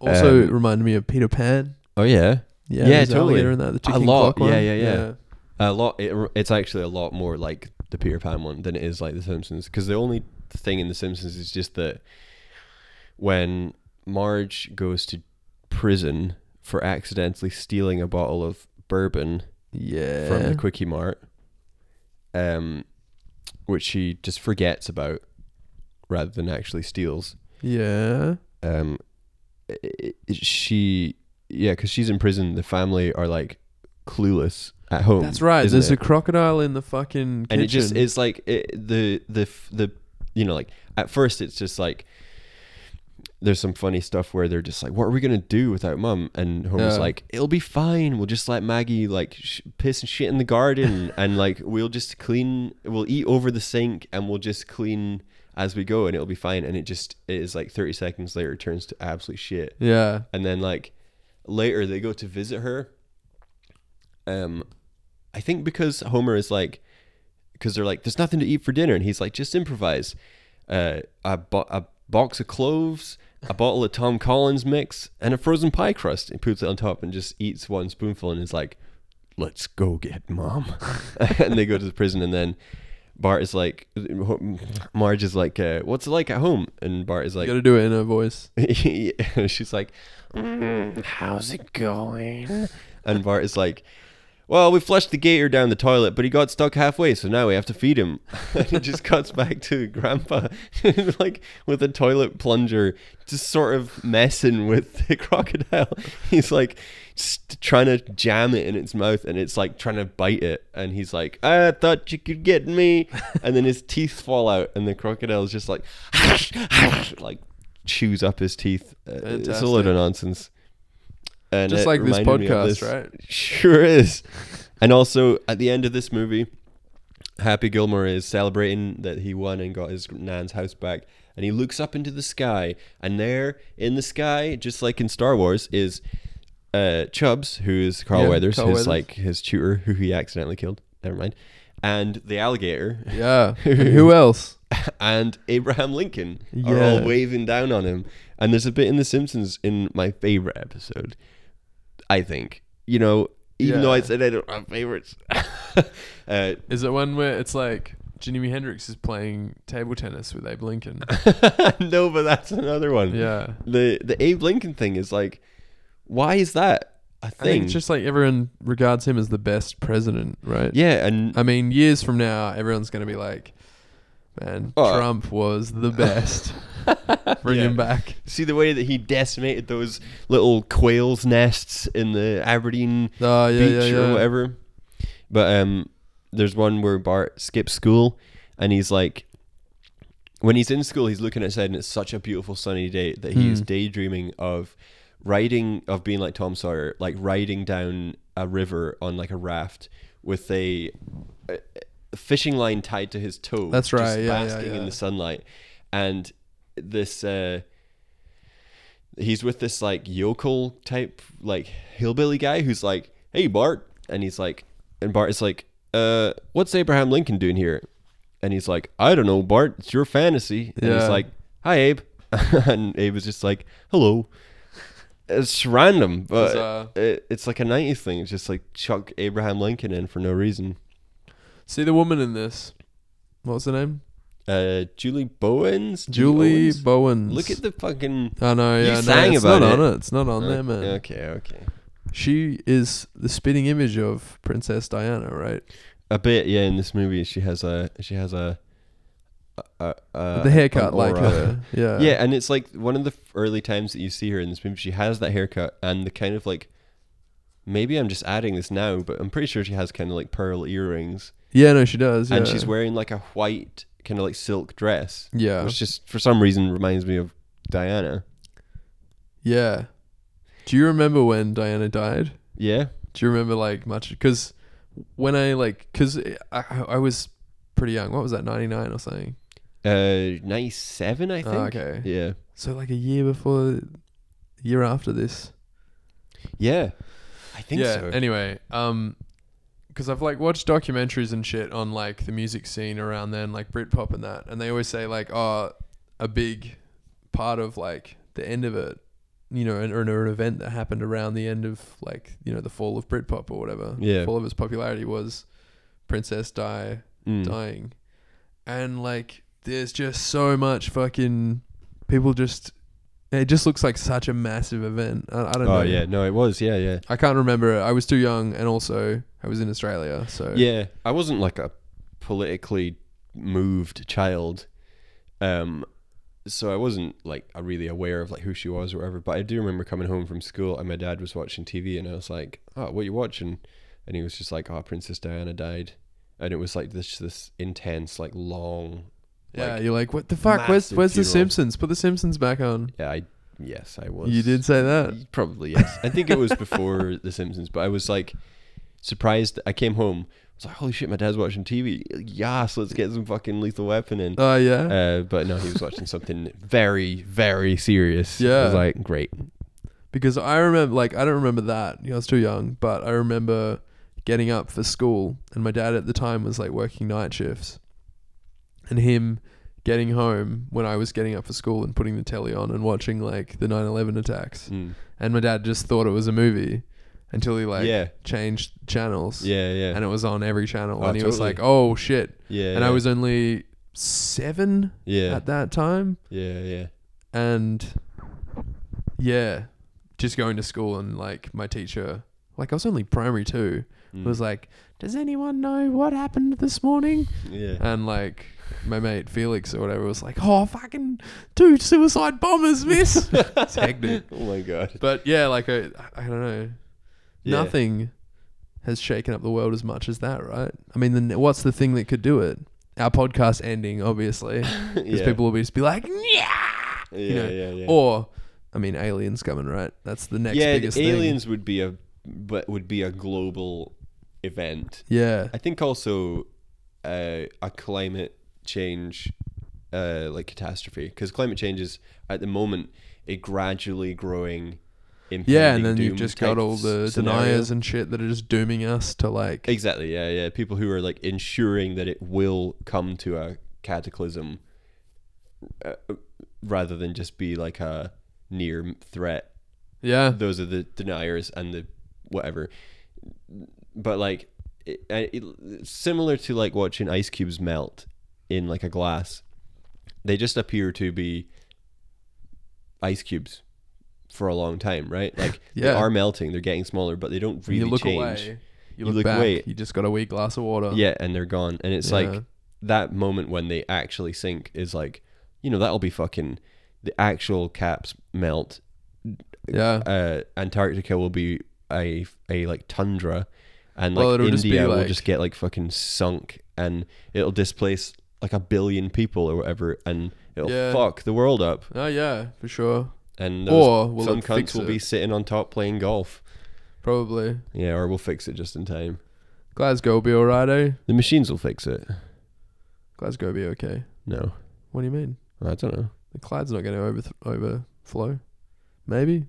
Also Um, reminded me of Peter Pan. Oh yeah, Yeah, Yeah, there's totally. alligator in that, the A ticking lot. clock one. Yeah, yeah, yeah. a lot. It, it's actually a lot more like the Peter Pan one than it is like The Simpsons because the only thing in The Simpsons is just that when Marge goes to prison for accidentally stealing a bottle of bourbon Yeah. from the Quickie Mart, um, which she just forgets about rather than actually steals. yeah. um i- i- she yeah because she's in prison the family are like clueless at home That's right. isn't There's it? a crocodile in the fucking kitchen. and it just it's like it, the the f- the you know like at first it's just like there's some funny stuff where they're just like what are we gonna do without mum and Homer's Yeah. like it'll be fine we'll just let Maggie like sh- piss and shit in the garden and like we'll just clean we'll eat over the sink and we'll just clean as we go and it'll be fine and it just it is like 30 seconds later it turns to absolute shit yeah. and then like later they go to visit her um i think because homer is like because they're like there's nothing to eat for dinner and he's like just improvise uh i bought a box of cloves a bottle of tom collins mix and a frozen pie crust and puts it on top and just eats one spoonful and is like let's go get mom (laughs) and they go to the prison and then bart is like marge is like uh, what's it like at home and bart is like you gotta do it in her voice. yeah, (laughs) she's like, "Mm, "How's it going?" And Bart is like, "Well, we flushed the gator down the toilet, but he got stuck halfway, so now we have to feed him." (laughs) and it just cuts back to Grandpa, (laughs) like with a toilet plunger, just sort of messing with the (laughs) crocodile. He's like just trying to jam it in its mouth, and it's like trying to bite it, and he's like, "I thought you could get me," and then his teeth fall out, and the crocodile's just like, (laughs) like chews up his teeth. Uh, It's a load Fantastic. of nonsense. And Just it like this reminded me of podcast, this. right? (laughs) Sure is. and also at the end of this movie, Happy Gilmore is celebrating that he won and got his nan's house back. And he looks up into the sky, and there in the sky, just like in Star Wars, is uh, Chubbs, who is Carl Yeah, Weathers, Carl his Weathers. like his tutor, who he accidentally killed. Never mind. And the alligator, Yeah. (laughs) And who else? and Abraham Lincoln are Yeah. all waving down on him. And there's a bit in The Simpsons in my favorite episode, I think. You know, even though I Yeah. said I don't have favorites. (laughs) uh, (laughs) Is it one where it's like Jimi Hendrix is playing table tennis with (laughs) Abe Lincoln? no, but that's another one. yeah. The the Abe Lincoln thing is like, why is that a I think thing? it's just like everyone regards him as the best president, right? yeah, and I mean, years from now, everyone's going to be like, man, Oh. Trump was (laughs) the best. Bring him Yeah. back. see the way that he decimated those little quails nests in the Aberdeen Oh, yeah, beach yeah, yeah. or whatever. But um, there's one where Bart skips school, and he's like, when he's in school, he's looking outside, and it's such a beautiful sunny day that he is Hmm. daydreaming of riding, of being like Tom Sawyer, like riding down a river on like a raft with a, a a fishing line tied to his toe. That's right, just yeah, yeah, basking in yeah. the sunlight, and this. Uh, he's with this like yokel type like hillbilly guy who's like hey bart and he's like and bart is like uh what's abraham lincoln doing here and he's like i don't know bart it's your fantasy and he's Yeah. like hi abe (laughs) and abe is just like hello it's random but Bizarre. it, it's like a 90s thing it's just like chuck abraham lincoln in for no reason See the woman in this. What's her name? uh julie bowens Julie Owens? Bowens. look at the fucking I know, You yeah, sang no, it's about not it. on it. It's not on there, man. okay okay She is the spitting image of Princess Diana, right? a bit yeah in this movie she has a she has a, a, a the haircut, Uh, an like uh, aura. her. (laughs) Yeah. yeah and it's like one of the early times that you see her in this movie she has that haircut and the kind of like maybe i'm just adding this now but i'm pretty sure she has kind of like pearl earrings Yeah, no, she does. and yeah. she's wearing like a white kind of like silk dress Yeah. which just for some reason reminds me of diana Yeah. Do you remember when Diana died? yeah Do you remember like much? Because when I like, because I, I I was pretty young. What was that? Ninety nine or something. uh 97 i think Ah, okay. yeah So like a year before, year after this. yeah i think yeah. so Anyway, um, because I've like watched documentaries and shit on like the music scene around then, like Britpop and that, and they always say like, oh, a big part of like the end of it, you know, and or an event that happened around the end of like you know the fall of Britpop or whatever, Yeah. fall of its popularity was Princess Di Mm. dying, and like there's just so much fucking people just It just looks like such a massive event. I, I don't know. Oh yeah, no, it was. Yeah, yeah, I can't remember. it. I was too young, and also I was in Australia, so yeah. I wasn't like a politically moved child, um, so I wasn't like a- really aware of like who she was or whatever. But I do remember coming home from school and my dad was watching TV and I was like, "Oh, what you watching?" And he was just like, "Oh, Princess Diana died," and it was like this this intense like long. yeah. like, you're like, what the fuck? Where's massive Where's the funeral. Simpsons? Put the Simpsons back on. yeah. I yes, I was. You did say that. Y- Uh, Probably yes. I think it was before (laughs) The Simpsons, but I was like surprised. I came home. I was like, "Holy shit, my dad's watching TV! Yes, let's get some fucking Lethal Weapon in." Oh yeah. Uh, but no, he was watching something very, very serious. I Yeah. was like, "Great." because I remember like I don't remember that. You know, I was too young, but I remember getting up for school and my dad at the time was like working night shifts and him getting home when I was getting up for school and putting the telly on and watching like the 9/11 attacks Mm. and my dad just thought it was a movie until he like yeah, changed channels yeah, yeah, and it was on every channel Oh, and he was totally. like oh shit yeah. and I yeah. was only 7 yeah, at that time yeah, yeah. and yeah, just going to school and like my teacher, like I was only primary two, Mm. was like, "Does anyone know what happened this morning?" yeah. And like my mate Felix or whatever was like, "Oh, fucking two suicide bombers, (laughs) miss." it's hectic. Oh my (laughs) god. But yeah, like I, I don't know, Yeah. nothing has shaken up the world as much as that, right? I mean, the, what's the thing that could do it? Our podcast ending, (laughs) obviously, because yeah. people will just be like, "Yeah." Yeah, know, yeah, yeah. Or, I mean, aliens coming, right? That's the next yeah, biggest aliens would be a, but would be a global event. thing. Yeah. I think also uh, a climate change uh, like catastrophe because climate change is at the moment a gradually growing impending Yeah, and then doom you've just type got all the s- scenario. deniers and shit that are just dooming us to like. Exactly. Yeah, yeah. People who are like ensuring that it will come to a cataclysm, uh, rather than just be like a near threat yeah. those are the deniers and the whatever but like it, I- it, similar to like watching ice cubes melt in like a glass they just appear to be ice cubes for a long time right (laughs) like they Yeah. are melting they're getting smaller but they don't really you look change away. You You look, look back. away. You just got a wee glass of water. yeah and they're gone and it's Yeah. like that moment when they actually sink is like you know that'll be fucking the actual caps melt Yeah. uh, Antarctica will be a a like tundra, and like Well, it'll just be, India will like- just get like fucking sunk, and it'll displace like a billion people or whatever, and it'll Yeah. fuck the world up. Oh yeah, for sure. And those- Or will some it fix cunts will it? be sitting on top playing golf. probably Yeah, or we'll fix it just in time. Glasgow will be alright, eh? The machines will fix it. Glasgow will be okay. No, What do you mean? I don't know. The Clyde's not going to overth- overflow. Maybe.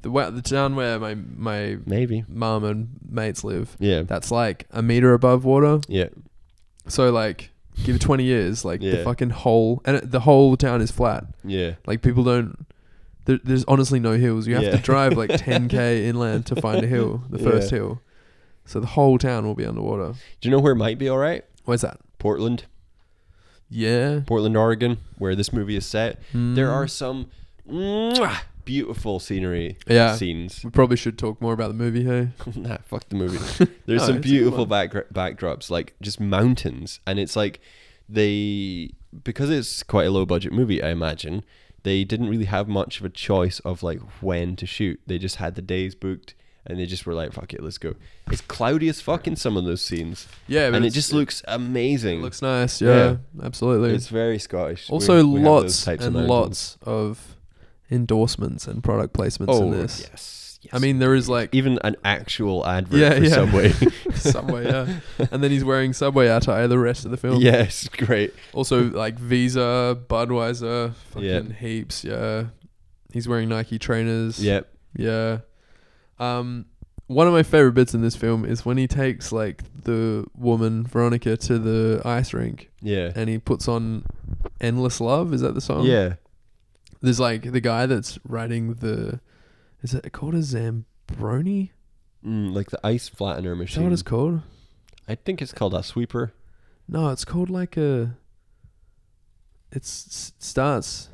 The wa- the town where my my Maybe. mum and mates live, Yeah. that's like a meter above water. yeah. So like, give it twenty years, like the Yeah. fucking whole and it, the whole town is flat. Yeah. Like people don't. There, there's honestly no hills. You have Yeah. to drive (laughs) like 10k inland to find a hill, the first Yeah. hill. So the whole town will be underwater. Do you know where might be all right? Where's that? Portland, Yeah. Portland, Oregon, where this movie is set. There Mm. are some mwah, beautiful scenery Yeah. scenes. (laughs) We probably should talk more about the movie. Hey. nah, fuck the (laughs) movie. There's No, it's a some good beautiful one. backgr backdrops, like just mountains, and it's like they because it's quite a low budget movie, I imagine they didn't really have much of a choice of like when to shoot. They just had the days booked, and they just were like, "Fuck it, let's go." It's cloudy as fuck in some of those scenes, Yeah, but and it it's- just looks amazing. it looks nice. Yeah, absolutely. it's very Scottish. We- also, we have those lots types of and mountains. lots of endorsements and product placements in Oh this. yes, yes. I mean, there is like even an actual advert Yeah, for yeah. Subway. (laughs) (laughs) Subway, yeah. And then he's wearing Subway attire the rest of the film. yes, great. (laughs) Also, like Visa, Budweiser, fucking Yeah. heaps. Yeah. He's wearing Nike trainers. Yep. Yeah. Um, one of my favorite bits in this film is when he takes like the woman Veronica to the ice rink Yeah. and he puts on "Endless Love." Is that the song? yeah. There's like the guy that's writing the. Is it called a Zambroni? Mm, like the ice flattener Is that machine. what it's called? I think it's called a sweeper. No, it's called like a. It's, it starts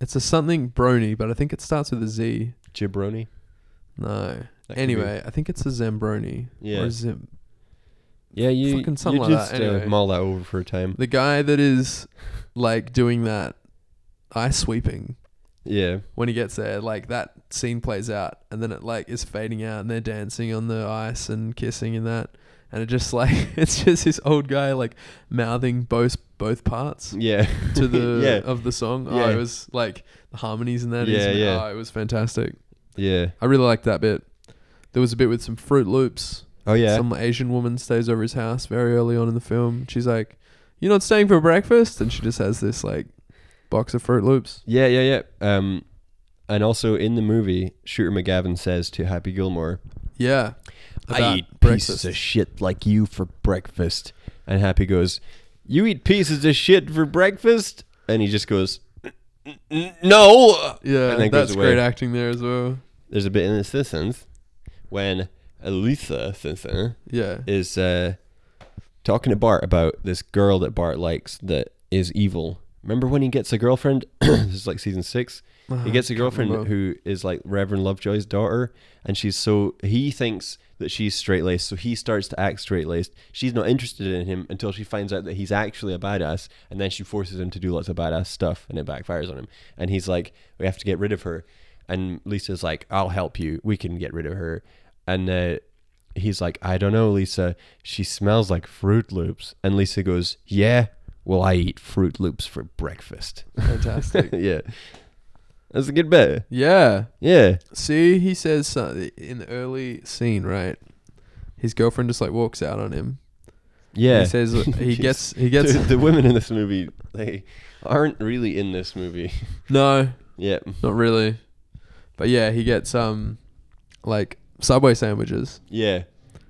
It's a something brony, but I think it starts with a Z. Jabroni. No. That could be- Anyway, I think it's a Zambroni. Yeah. Or a Zim- yeah, you fucking something you like that, just anyway. uh, mull that over for a time. the guy that is like doing that ice sweeping Yeah, when he gets there, like that scene plays out and then it like is fading out and they're dancing on the ice and kissing and that. And it just (laughs) like it's just this old guy like mouthing both both parts yeah, to the (laughs) yeah, of the song. Oh, Yeah. it was like the harmonies and that is Yeah, yeah. oh, it was fantastic. yeah. I really liked that bit. There was a bit with some Fruit Loops. Oh yeah, Some Asian woman stays over his house very early on in the film. She's like, "You're not staying for breakfast," and she just has this like box of Fruit Loops. yeah, yeah, yeah. Um, and also in the movie, Shooter McGavin says to Happy Gilmore, Yeah, about "I eat pieces of shit like you for breakfast," and Happy goes, "You eat pieces of shit for breakfast?" And he just goes, "N- n- "No." Yeah, and then goes that's away. great acting there as well. There's a bit in The Simpsons when Elisa Simpson Yeah, is uh, talking to Bart about this girl that Bart likes that is evil. Remember when he gets a girlfriend? (coughs) this is like season six. He gets a girlfriend remember. who is like Reverend Lovejoy's daughter, and she's so he thinks that she's straight laced, so he starts to act straight laced. She's not interested in him until she finds out that he's actually a badass, and then she forces him to do lots of badass stuff, and it backfires on him. And he's like, "We have to get rid of her," and Lisa's like, "I'll help you. We can get rid of her." And uh, he's like, I don't know, Lisa. She smells like Fruit Loops. And Lisa goes, Yeah, well, I eat Fruit Loops for breakfast. (laughs) fantastic. (laughs) yeah. That's a good bit. yeah, Yeah. see, he says something in the early scene, right? His girlfriend just like walks out on him. Yeah. He (laughs) says he Just- gets he gets Dude, (laughs) the women in this movie, they aren't really in this movie. (laughs) (laughs) no, yeah. not really, but yeah, he gets um like Subway sandwiches. Yeah.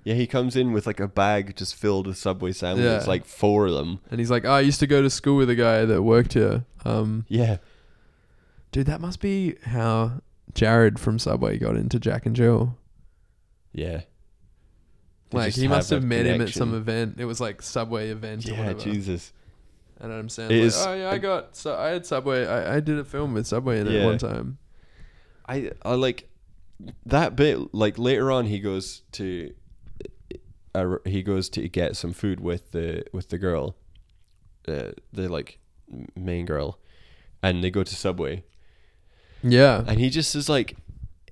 Yeah, he comes in with like a bag just filled with Subway sandwiches, Yeah. like four of them. And he's like, oh, I used to go to school with a guy that worked here. Um, Yeah. dude, that must be how Jared from Subway got into Jack and Jill. Yeah. They Like just he must a have met him at connection. some event. It was like Subway event or Yeah, whatever. Jesus. And Adam It Sandler, is- like, oh yeah, I got so I had Subway. I, I did a film with Subway in it Yeah. one time. I I like that bit. Like later on, he goes to uh, he goes to get some food with the with the girl, uh, the like main girl, and they go to Subway, Yeah, and he just is like.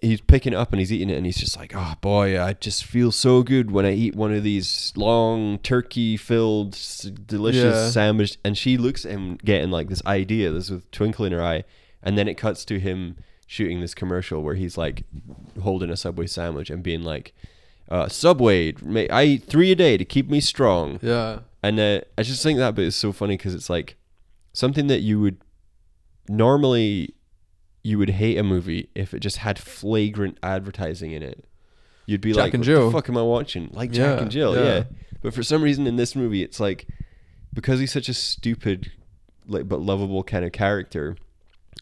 He's picking it up and he's eating it, and he's just like, "Oh boy, I just feel so good when I eat one of these long turkey-filled, s- delicious Yeah. sandwich." And she looks at him getting like this idea, this with twinkle in her eye, and then it cuts to him shooting this commercial where he's like holding a Subway sandwich and being like, uh, "Subway, ma- I eat three a day to keep me strong." yeah, And uh, I just think that bit is so funny because it's like something that you would normally you would hate a movie if it just had flagrant advertising in it. You'd be Jack like, and "What Jill." the fuck am I watching?" Like Jack Yeah, and Jill, yeah. yeah. But for some reason in this movie, it's like because he's such a stupid, like but lovable kind of character.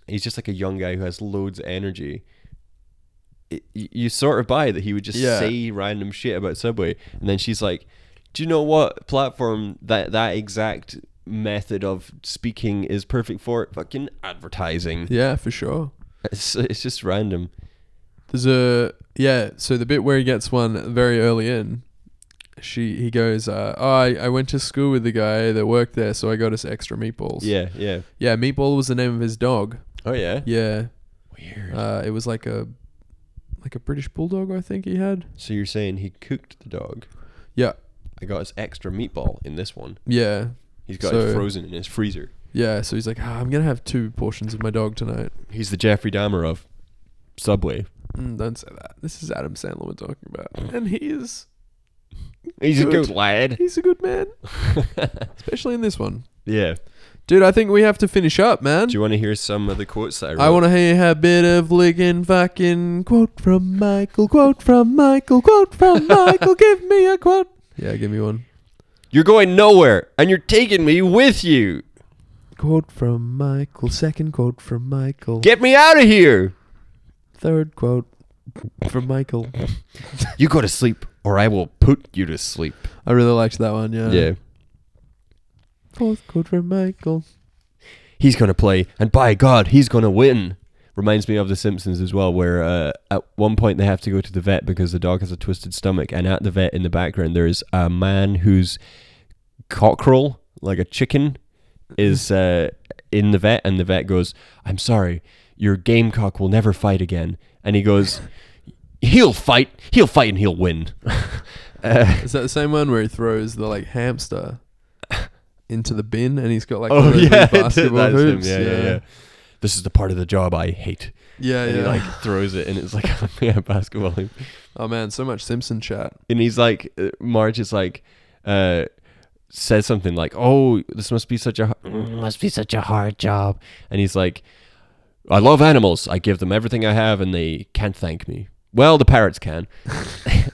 He's just like a young guy who has loads of energy. It, y- you sort of buy that he would just Yeah. say random shit about Subway, and then she's like, "Do you know what platform that that exact method of speaking is perfect for? Fucking advertising." yeah, for sure. It's, it's just random. There's a yeah. So the bit where he gets one very early in, she he goes, uh, oh, I I went to school with the guy that worked there, so I got us extra meatballs. Yeah, yeah. Yeah, Meatball was the name of his dog. Oh yeah. Yeah, Weird. uh, it was like a like a British bulldog, I think he had. so you're saying he cooked the dog? Yeah, I got his extra meatball in this one. yeah, He's got it So- frozen in his freezer. yeah. So he's like, ah, I'm gonna have two portions of my dog tonight. He's the Jeffrey Dahmer of Subway. Mm, don't say that. This is Adam Sandler we're talking about, and he is He's a good lad. (laughs) he's a good man, especially in this one. yeah. Dude, I think we have to finish up, man. Do you want to hear some of the quotes that I wrote? I want to hear a bit of licking fucking quote from Michael, quote from Michael, quote (laughs) from Michael. Give me a quote. Yeah, give me one. You're going nowhere, and you're taking me with you. Quote from Michael. Second quote from Michael. Get me out of here. Third quote from Michael. You go to sleep, or I will put you to sleep. Uh. I really liked that one. Yeah. yeah. Fourth quote from Michael. he's going to play, and by God, he's going to win. Reminds me of The Simpsons as well, where uh, at one point they have to go to the vet because the dog has a twisted stomach, and at the vet in the background there is a man whose cockerel, like a chicken, is uh, in the vet, and the vet goes, "I'm sorry, your gamecock will never fight again," and he goes, "He'll fight, he'll fight, and he'll win." uh, Is that the same one where he throws the like (laughs) hamster into the bin and he's got like oh (laughs) yeah, that's him. basketball hoops? Yeah, yeah, yeah. This is the part of the job I hate. yeah, And yeah. he like throws it, and it's like (laughs) yeah, basketball hoop. oh man, so much Simpson chat. And he's like, uh, Marge is like, uh, says something like, "Oh, this must be such a h- mm, must be such a hard job," and he's like, "I love animals. I give them everything I have, and they can't thank me." Well, the parrots can. (laughs)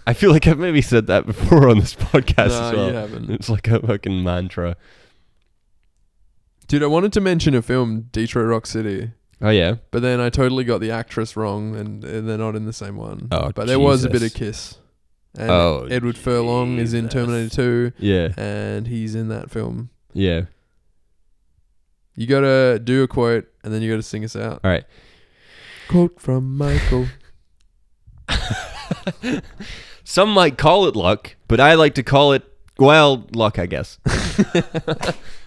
I feel like I've maybe said that before on this (laughs) podcast No, as well. you haven't, It's like a fucking mantra. dude. I wanted to mention a film, Detroit Rock City, Oh yeah. but then I totally got the actress wrong, and, and they're not in the same one. Oh, but there was a bit Jesus. of kiss. And Oh, Edward Furlong is in Jesus. Terminator Two, Yeah. and he's in that film. Yeah. You gotta do a quote, and then you gotta sing us out. All right. Quote (laughs) from Michael. Some might call it luck, but I like to call it, well, luck, I guess. (laughs)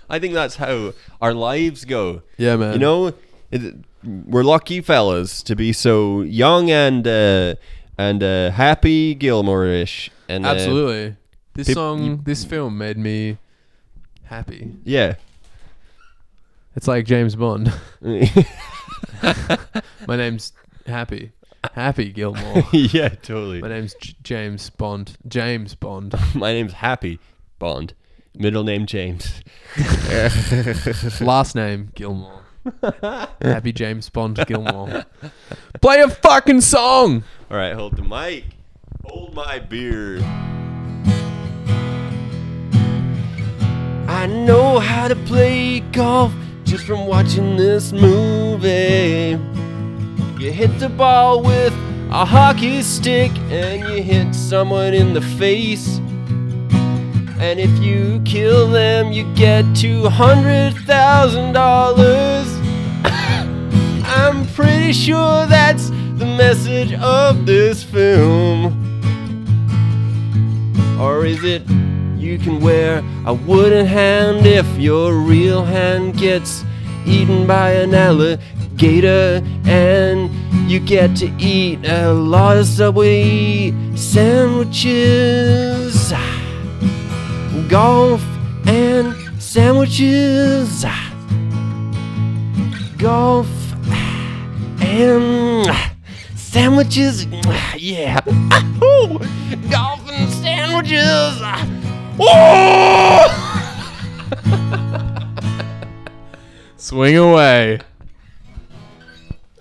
I think that's how our lives go. Yeah, man. You know, it, we're lucky fellas to be so young and uh, and uh, happy Gilmore-ish. And, uh, Absolutely. This peop- song, you- this film made me happy. yeah. (laughs) It's like James Bond. (laughs) My name's Happy. Happy (laughs) Gilmore. yeah, totally. My name's J- James Bond. James Bond. My name's Happy Bond. Middle name James. Last name Gilmore. Happy James Bond Gilmore. Play a fucking song. All right, hold the mic. Hold my beer. I know how to play golf just from watching this movie. You hit the ball with a hockey stick and you hit someone in the face. And if you kill them, you get $200,000. I'm pretty sure that's the message of this film. Or is it you can wear a wooden hand if your real hand gets eaten by an alligator and you get to eat a lot of Subway sandwiches? Golf and sandwiches. Golf and sandwiches. Yeah. Ooh, golf and sandwiches. Oh! (laughs) Swing away.